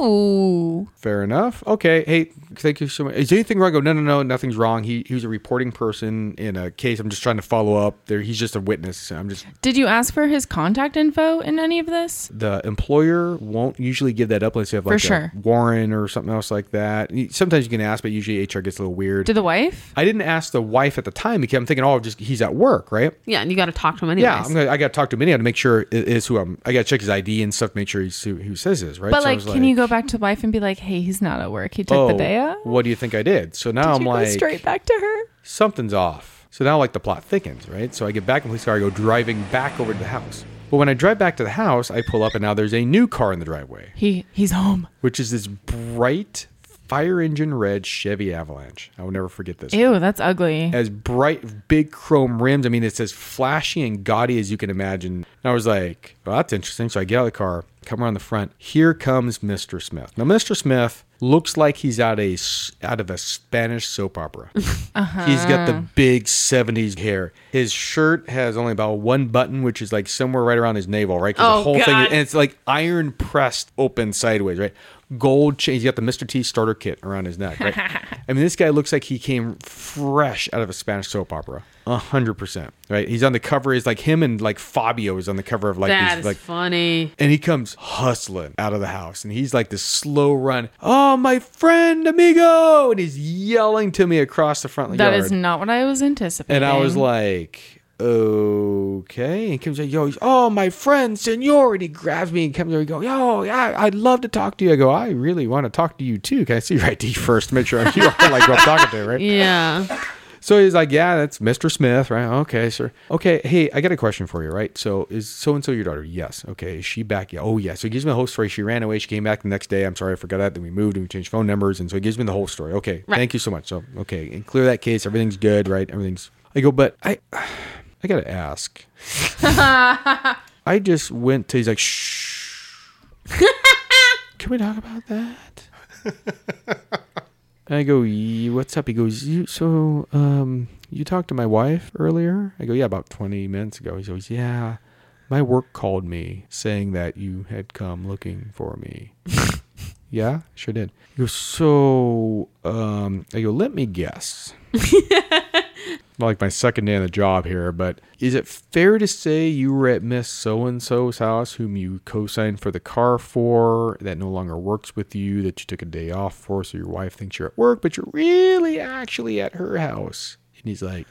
Ooh. Fair enough. Okay. Hey, thank you so much. Is anything wrong? I go, no, no, no, nothing's wrong. He he was a reporting person in a case. I'm just trying to follow up. There, he's just a witness. I'm just Did you ask for his contact info in any of this? the employer won't usually give that up unless you have like a sure. warrant or something else like that. You- Sometimes you can ask, but usually HR gets a little weird. To the wife? I didn't ask the wife at the time because I'm thinking, oh, just he's at work, right? yeah, and you got to talk to him anyways. Yeah, I'm gonna, I got to talk to him anyhow to make sure it is who I'm. I got to check his ID and stuff, make sure he's who, who says is right. But So I like, was can you go back to the wife and be like, "Hey, he's not at work. He took Oh, the day off." what do you think I did? So now I'm You go like straight back to her. something's off. So now, like, the plot thickens, right? So I get back in the police car, I go driving back over to the house. But when I drive back to the house, I pull up, and now there's a new car in the driveway, He he's home. which is this bright fire engine red Chevy Avalanche. I will never forget this. Ew, that's ugly. As bright, big chrome rims. I mean, it's as flashy and gaudy as you can imagine. And I was like, well, that's interesting. So I get out of the car, come around the front. Here comes Mr. Smith. Now, Mr. Smith looks like he's out, a, s- out of a Spanish soap opera. Uh-huh. He's got the big 70s hair. His shirt has only about one button, which is like somewhere right around his navel, right? 'Cause Oh, the whole thing, God. and it's like iron pressed open sideways, right? gold chain. He's got the Mr. T starter kit around his neck. Right? I mean, this guy looks like he came fresh out of a Spanish soap opera. A hundred percent. Right? He's on the cover. Is like him and like Fabio is on the cover of like That these is like funny. and he comes hustling out of the house and he's like this slow run oh my friend amigo and he's yelling to me across the front That yard is not what I was anticipating. and i was like okay and he comes like yo he's, oh my friend senor and he grabs me and comes over and goes yo yeah i'd love to talk to you i go i really want to talk to you too can i see your id first make sure you are like who i'm talking to right Yeah. so he's like, "Yeah, that's Mr. Smith, right? Okay, sir. Okay, hey, I got a question for you, right? So is so and so your daughter? Yes. Okay, is she back? Yeah. Oh, yeah. So he gives me the whole story. She ran away. She came back the next day. I'm sorry, I forgot that. Then we moved and we changed phone numbers, and so he gives me the whole story. Okay, thank you so much. So okay, and clear that case. Everything's good, right? Everything's. I go, but I, I gotta ask. I just went to. He's like, shh. Can we talk about that? And I go, "Ye- "What's up?" He goes, "You so um you talked to my wife earlier?" I go, "Yeah, about 20 minutes ago." He goes, "Yeah, my work called me saying that you had come looking for me." yeah, sure did. He goes, "So um I go, "Let me guess." Like my second day on the job here, but is it fair to say you were at Miss So and So's house, whom you co signed for the car for, that no longer works with you, that you took a day off for, so your wife thinks you're at work, but you're really actually at her house? And he's like,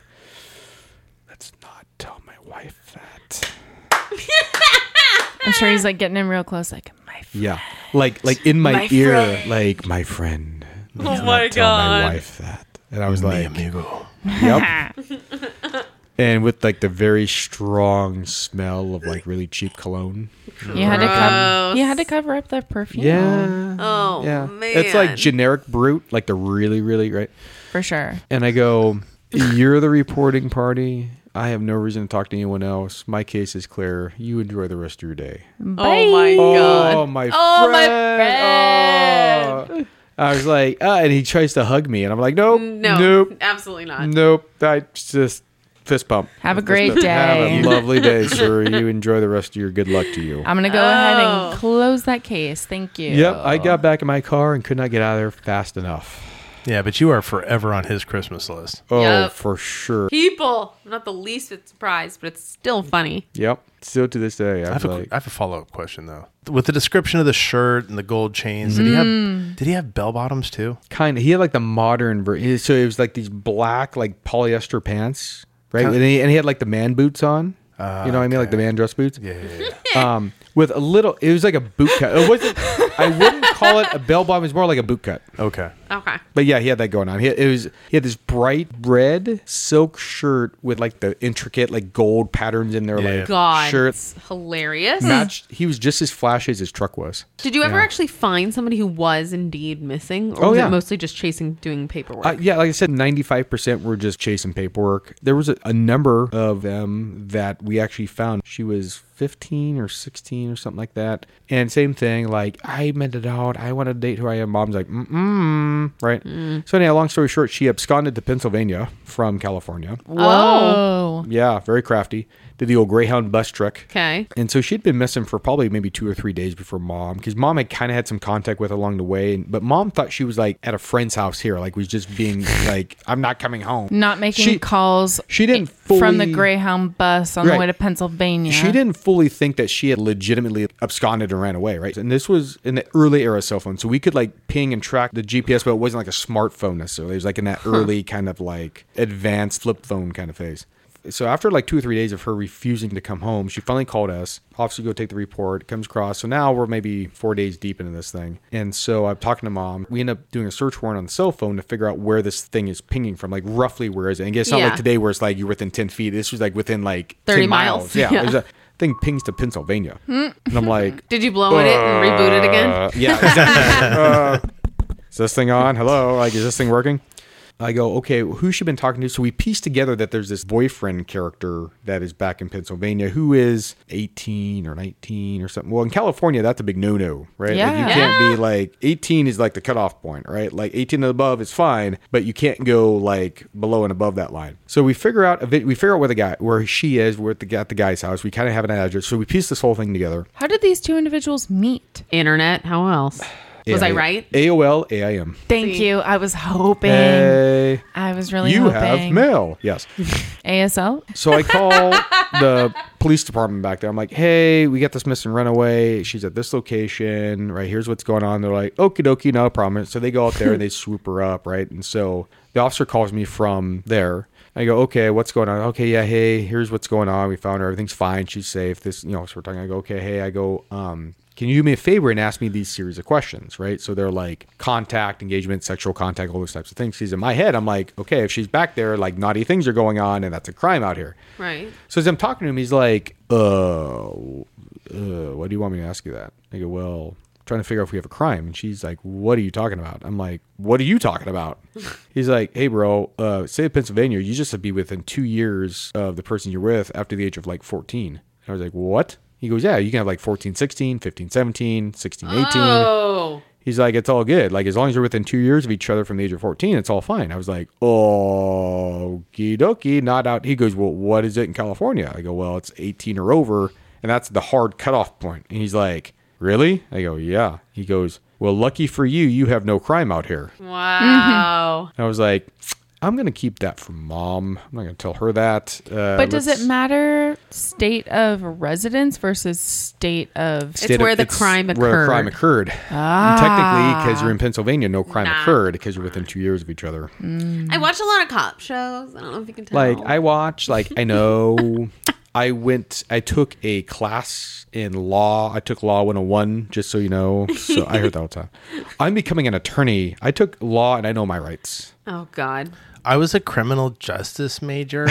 let's not tell my wife that. I'm sure he's like getting in real close, like my f- Yeah. Like, like in my, My ear, friend. like, my friend. Let's my not tell my God. wife that. And I was Mi like, amigo. Yep. and with like the very strong smell of like really cheap cologne. you had to cover. Gross. You had to cover up the perfume. Oh, It's like man. generic brute, like the really, really right. for sure. And I go, You're the reporting party. I have no reason to talk to anyone else. My case is clear. You enjoy the rest of your day. Oh my Oh god. my Oh, my friend. Oh. I was like, uh, and he tries to hug me, and I'm like, nope, No. nope, Absolutely not. Nope. I just fist bump. Have a Fist great bump. day. Have a lovely day, sir. You enjoy the rest of your good luck to you. I'm gonna go ahead Oh. and close that case. Thank you. Yep. I got back in my car and could not get out of there fast enough. Yeah, but you are forever on his Christmas list. Oh, Yep. for sure. People. I'm not the least bit surprised, but it's still funny. Yep. Still to this day, I I'm have, a, like, I have a follow-up question though. With the description of the shirt and the gold chains, did he have did he have bell bottoms too? kind of. He had like the modern version. So it was like these black, like polyester pants, right? Kinda- And he, and he had like the man boots on. you know what I mean? Like the man dress boots. Yeah, yeah, yeah. Um, with a little, it was like a boot cut. It wasn't. I wouldn't call it a bell bottom. It was more like a boot cut. okay. Okay. But yeah, he had that going on. He had, it was he had this bright red silk shirt with like the intricate like gold patterns in their Yeah. like God. shirt. It's hilarious. Matched. He was just as flashy as his truck was. Did you ever Yeah. actually find somebody who was indeed missing, or Oh, was yeah. it mostly just chasing doing paperwork? Uh, yeah, like I said, ninety five percent were just chasing paperwork. There was a, a number of them that we actually found. She was fifteen or sixteen or something like that. And same thing, like I meant it out. I want to date who I am. Mom's like, mm mm, right. So anyhow, long story short, she absconded to Pennsylvania from California. Oh. Oh, Whoa. Yeah, very crafty. Did the old Greyhound bus trick. okay. And so she'd been missing for probably maybe two or three days before mom, because mom had kind of had some contact with along the way. and- But mom thought she was like at a friend's house here, like was just being like, I'm not coming home. Not making She- calls. she didn't from the fully- Greyhound bus on Right. the way to Pennsylvania. She didn't fully think that she had legitimately absconded and ran away, right? And this was in the early era of cell phones. So we could like ping and track the GPS, but it wasn't like a smartphone necessarily. It was like in that early kind of like advanced flip phone kind of phase. So after like two or three days of her refusing to come home, she finally called us. Officer go take the report, comes across. So now we're maybe four days deep into this thing. And so I'm talking to mom. We end up doing a search warrant on the cell phone to figure out where this thing is pinging from, like roughly where is it? And it's not Yeah. like today where it's like you're within 10 feet. This was like within like 30 10 miles. Yeah, Yeah. there's a thing pings to Pennsylvania, and I'm like, Did you blow at it and reboot it again? uh, yeah, exactly. Uh, is this thing on? Hello, like, is this thing working? I go, okay, who's she been talking to? So we piece together that there's this boyfriend character that is back in Pennsylvania who is 18 or 19 or something. Well, in California, that's a big no no, right? Like, you Yeah. can't be like, 18 is like the cutoff point, right? Like 18 and above is fine, but you can't go like below and above that line. So we figure out, a bit- we figure out where the guy, where she is, we're at the, at the guy's house. We kind of have an address. So we piece this whole thing together. How did these two individuals meet? Internet. How else? Was I AIM. right? AOL AIM. Thank See? you. I was hoping. Hey, I was really Eh, you have hoping. mail. Yes. ASL. So I call the police department back there. I'm like, hey, we got this missing runaway. She's at this location, right? Here's what's going on. They're like, okie dokie, not a problem. So they go out there and they swoop her up, right? And so the officer calls me from there. I go, okay, what's going on? Okay, yeah, hey, here's what's going on. We found her. Everything's fine. She's safe. This, you know, so we're talking. I go, okay, hey, I go, um, can you do me a favor and ask me these series of questions, right? So they're like contact, engagement, sexual contact, all those types of things. Because in my head, I'm like, okay, if she's back there, like naughty things are going on and that's a crime out here. Right. So as I'm talking to him, he's like, uh, uh, why do you want me to ask you that? I go, well, trying to figure out if we have a crime. And she's like, what are you talking about? I'm like, what are you talking about? he's like, hey, bro, uh, state of Pennsylvania, you just have to be within two years of the person you're with after the age of like 14. And I was like, what? He goes, yeah, you can have like 14, 16, 15, 17, 16, 18. Oh. He's like, it's all good. Like, as long as you're within two years of each other from the age of 14, it's all fine. I was like, oh, dokie, not out. He goes, well, what is it in California? I go, well, it's 18 or over, and that's the hard cutoff point. And he's like, really? I go, yeah. He goes, well, lucky for you, you have no crime out here. Wow. And I was like, I'm going to keep that from mom. I'm not going to tell her that. Uh, But does let's- it matter state of residence versus state of state where the crime Where the crime occurred. occurred. And technically, because you're in Pennsylvania, no crime Nah. occurred because you're within two years of each other. I watch a lot of cop shows. I don't know if you can tell. Mm-hmm. like i watch like i know i went i took a class in law i took law 101 just so you know so i heard that all the time i'm becoming an attorney i took law and i know my rights oh God. I was a criminal justice major.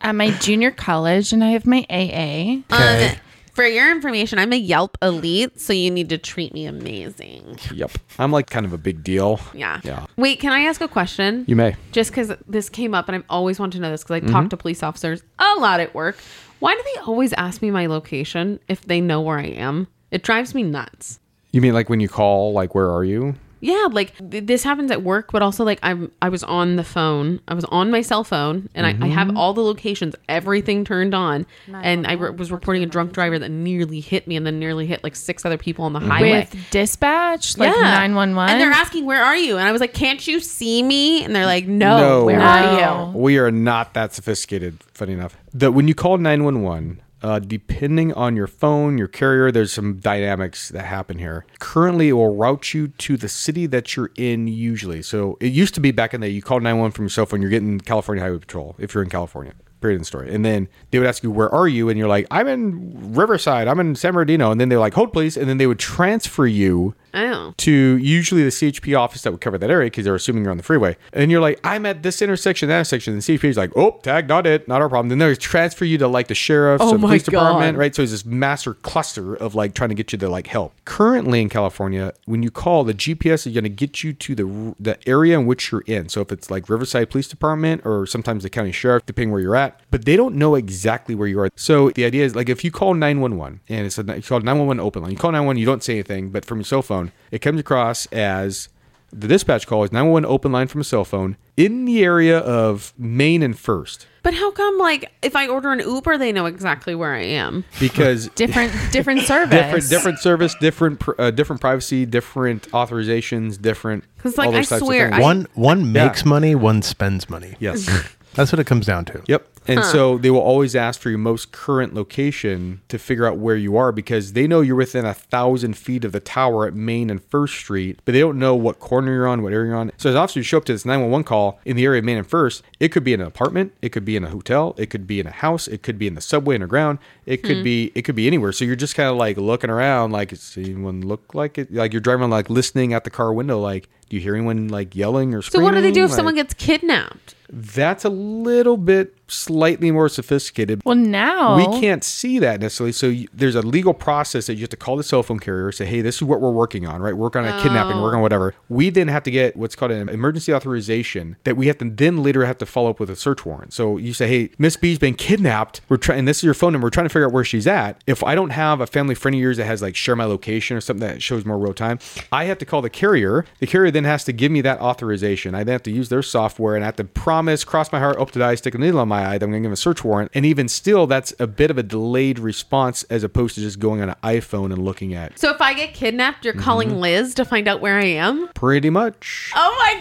at my junior college and I have my AA. Okay. For your information, I'm a Yelp elite, so you need to treat me amazing. yep i'm like kind of a big deal Yeah. yeah Wait, can I ask a question? you may Mm-hmm. Just because this came up, and I've always wanted to know this because I talk to police officers a lot at work. Why do they always ask me my location if they know where I am? It drives me nuts. you mean like when you call like where are you Yeah, like th- this happens at work, but also like I'm I was on the phone. I was on my cell phone, and I, I have all the locations, everything turned on, and I re- was reporting a drunk driver that nearly hit me, and then nearly hit like six other people on the highway. With dispatch, like 911. and they're asking where are you, and I was like, can't you see me? And they're like, no, No. where No. are you? we are not that sophisticated funny enough that when you call 911 uh, depending on your phone your carrier there's some dynamics that happen here currently it will route you to the city that you're in usually so it used to be back in the day you called 911 from your cell phone you're getting california highway patrol if you're in california period in the story and then they would ask you where are you and you're like i'm in riverside i'm in san bernardino and then they're like hold please and then they would transfer you Oh, to usually the CHP office that would cover that area because they're assuming you're on the freeway. And you're like, I'm at this intersection, that intersection. And the CHP is like, oh, tag, not it, not our problem. Then they transfer you to like the sheriff's Oh or the my police God. department, right? So it's this master cluster of like trying to get you to like help. Currently in California, when you call, the GPS is going to get you to the the area in which you're in. So if it's like Riverside Police Department or sometimes the county sheriff, depending where you're at, but they don't know exactly where you are. So the idea is like if you call 911 and it's a, it's called 911 open line, you call 911, you don't say anything, but from your cell phone, it comes across as the dispatch call is 911 open line from a cell phone in the area of Maine and First but how come like if I order an Uber, they know exactly where I am? because different different service. different different service, different pr- uh, different privacy, different authorizations, different. 'Cause, like, all I swear, I- one one makes money, one spends money. yes. That's what it comes down to. Yep. And so they will always ask for your most current location to figure out where you are because they know you're within a thousand feet of the tower at Main and First Street, but they don't know what corner you're on, what area you're on. So as an officer, you show up to this 911 call in the area of Main and First. It could be in an apartment, it could be in a hotel, it could be in a house, it could be in the subway underground, it Hmm. could be it could be anywhere. So you're just kind of like looking around, like does anyone look like it? Like you're driving, around, like listening at the car window, like do you hear anyone like yelling or So screaming? what do they do if Like- someone gets kidnapped? that's a little bit slightly more sophisticated. Well, now we can't see that necessarily. So you, there's a legal process that you have to call the cell phone carrier, say, "Hey, this is what we're working on, right? Work on a kidnapping, work on whatever." We then have to get what's called an emergency authorization that we have to then later have to follow up with a search warrant. So you say, "Hey, Miss B's been kidnapped. We're trying. and This is your phone number. We're trying to figure out where she's at." If I don't have a family friend of yours that has like share my location or something that shows more real time, I have to call the carrier. The carrier then has to give me that authorization. I then have to use their software and I have to promise, cross my heart, up to die, stick a needle on my my eye. that I'm going to give them a search warrant. And even still, that's a bit of a delayed response as opposed to just going on an iPhone and looking at So if I get kidnapped, you're calling Liz to find out where I am? pretty much. Oh my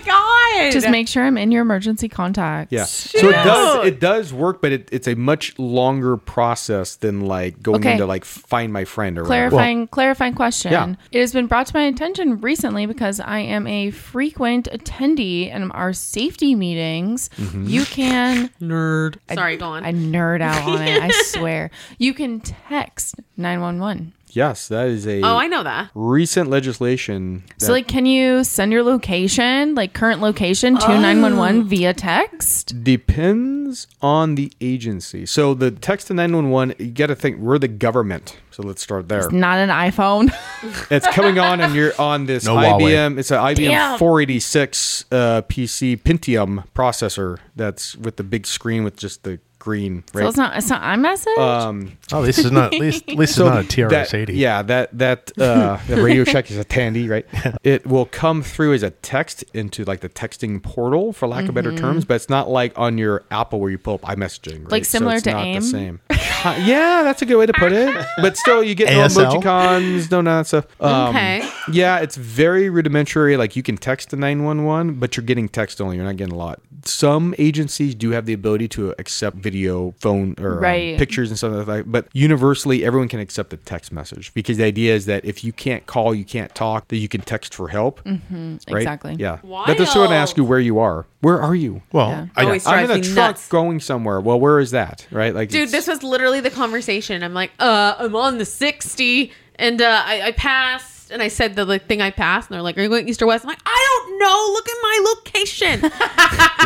god! Just make sure I'm in your emergency contacts. Yeah. So it does Shoot. it does work, but it, it's a much longer process than like going Okay. into like find my friend or whatever. Clarifying, clarifying question. Yeah. It has been brought to my attention recently because I am a frequent attendee in our safety meetings. Mm-hmm. You can nerd. Sorry, go on. I nerd out on it. I swear. You can text 911. Yes, that is a oh, I know that. recent legislation. That, So, like, can you send your location, like current location, to 911 via text? depends on the agency. So the text to 911, you got to think we're the government. So let's start there. Not an iPhone. It's coming on and you're on this No Huawei. IBM, it's an IBM Damn. 486 uh, PC Pentium processor that's with the big screen with just the green, right? So it's not. It's not iMessage. um, Oh, at least it's not. At least, at least it's not a TRS that- eighty. Yeah, that that uh, the Radio Shack is a Tandy, right? It will come through as a text into like the texting portal, for lack of Mm-hmm. better terms, but it's not like on your Apple where you pull up iMessaging. Right? Like similar it's to not AIM? The same. Uh, yeah, that's a good way to put it. But still, you get no ASL? emojicons, no none of that stuff. Um, Okay. Yeah, it's very rudimentary. Like you can text the nine one one, but you're getting text only. You're not getting a lot. Some agencies do have the ability to accept video, phone, or um, Right. picture pictures and stuff like that. But universally, everyone can accept the text message because the idea is that if you can't call, you can't talk, that you can text for help. Mm-hmm, right? exactly. Yeah. That doesn't want to ask you where you are. Where are you? Well, Yeah. I, Always- I'm drives in a me truck nuts. going somewhere. Well, where is that? Right? Like, Dude, it's- this was literally the conversation. I'm like, uh, I'm on the 60 and uh, I, I passed and I said the like, thing I passed and they're like, Are you going east or west? I'm like, I don't know. Look at my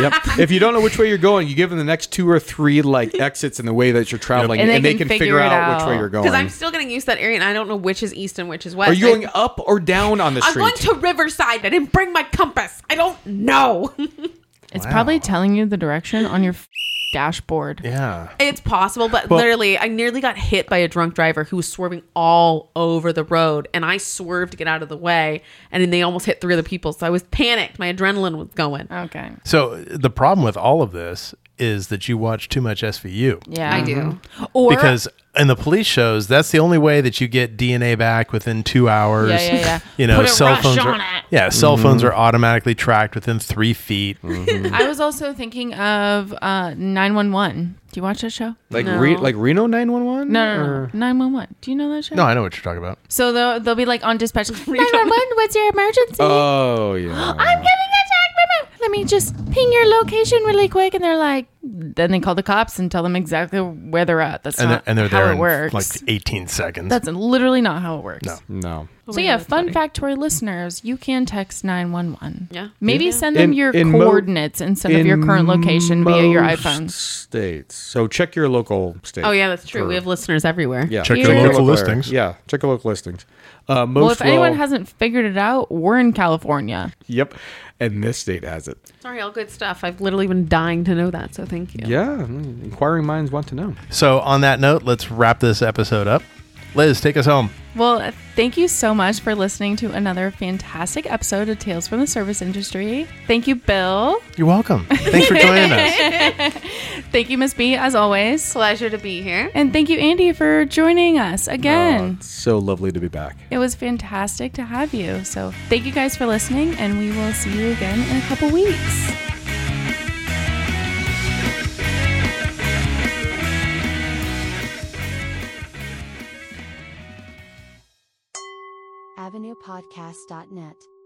location. yep. if you don't know which way you're going, you give them the next two or three like exits in the way that you're traveling, And and, they they can can figure figure it out, which way out. you're going. Because I'm still getting used to that area and I don't know which is east and which is west. Are you I- going up or down on the I'm street? going to Riverside. I didn't bring my compass. I don't know. it's Wow. probably telling you the direction on your f- dashboard. yeah. It's possible, but literally, I nearly got hit by a drunk driver who was swerving all over the road, and I swerved to get out of the way, and then they almost hit three other people. So I was panicked. My adrenaline was going. Okay. So the problem with all of this is that you watch too much SVU. Yeah. I do. Or because in the police shows, that's the only way that you get DNA back within two hours. Yeah, yeah, yeah. You know, Put a cell rush phones. on are, it. Yeah, cell phones are automatically tracked within three feet. I was also thinking of uh, 911. Do you watch that show? like, re- like Reno 911? No, no, no, no. 911. Do you know that show? No, I know what you're talking about. So they'll, they'll be like on dispatch. Uh, 911, what's your emergency? Oh, yeah. I'm getting attacked by my. Let me just ping your location really quick. And they're like, then they call the cops and tell them exactly where they're at. That's And, not they're, and they're how there it in works. like 18 seconds. That's literally not how it works. No. no. So yeah, fun fact to our listeners: you can text nine one one. Yeah. maybe send them In- your in mo- coordinates instead of your in current location via your most iPhone. States. So check your local state. Oh yeah, that's true. Sure. We have listeners everywhere. Yeah. Check your local area. listings. Yeah. Check your local listings. Uh, most Well, if anyone will- hasn't figured it out, we're in California. Yep. And this state has it. Sorry, all good stuff. I've literally been dying to know that, so thank you. Yeah. mm, Inquiring minds want to know. So, on that note, let's wrap this episode up. Liz, take us home. Well, thank you so much for listening to another fantastic episode of Tales from the Service Industry. Thank you, Bill. You're welcome. Thanks for joining us. Thank you, Miss B, as always. Pleasure to be here. And thank you, Andy, for joining us Oh, again. it's so lovely to be back. It was fantastic to have you. So, thank you guys for listening, and we will see you again in a couple weeks. AvenuePodcast.net.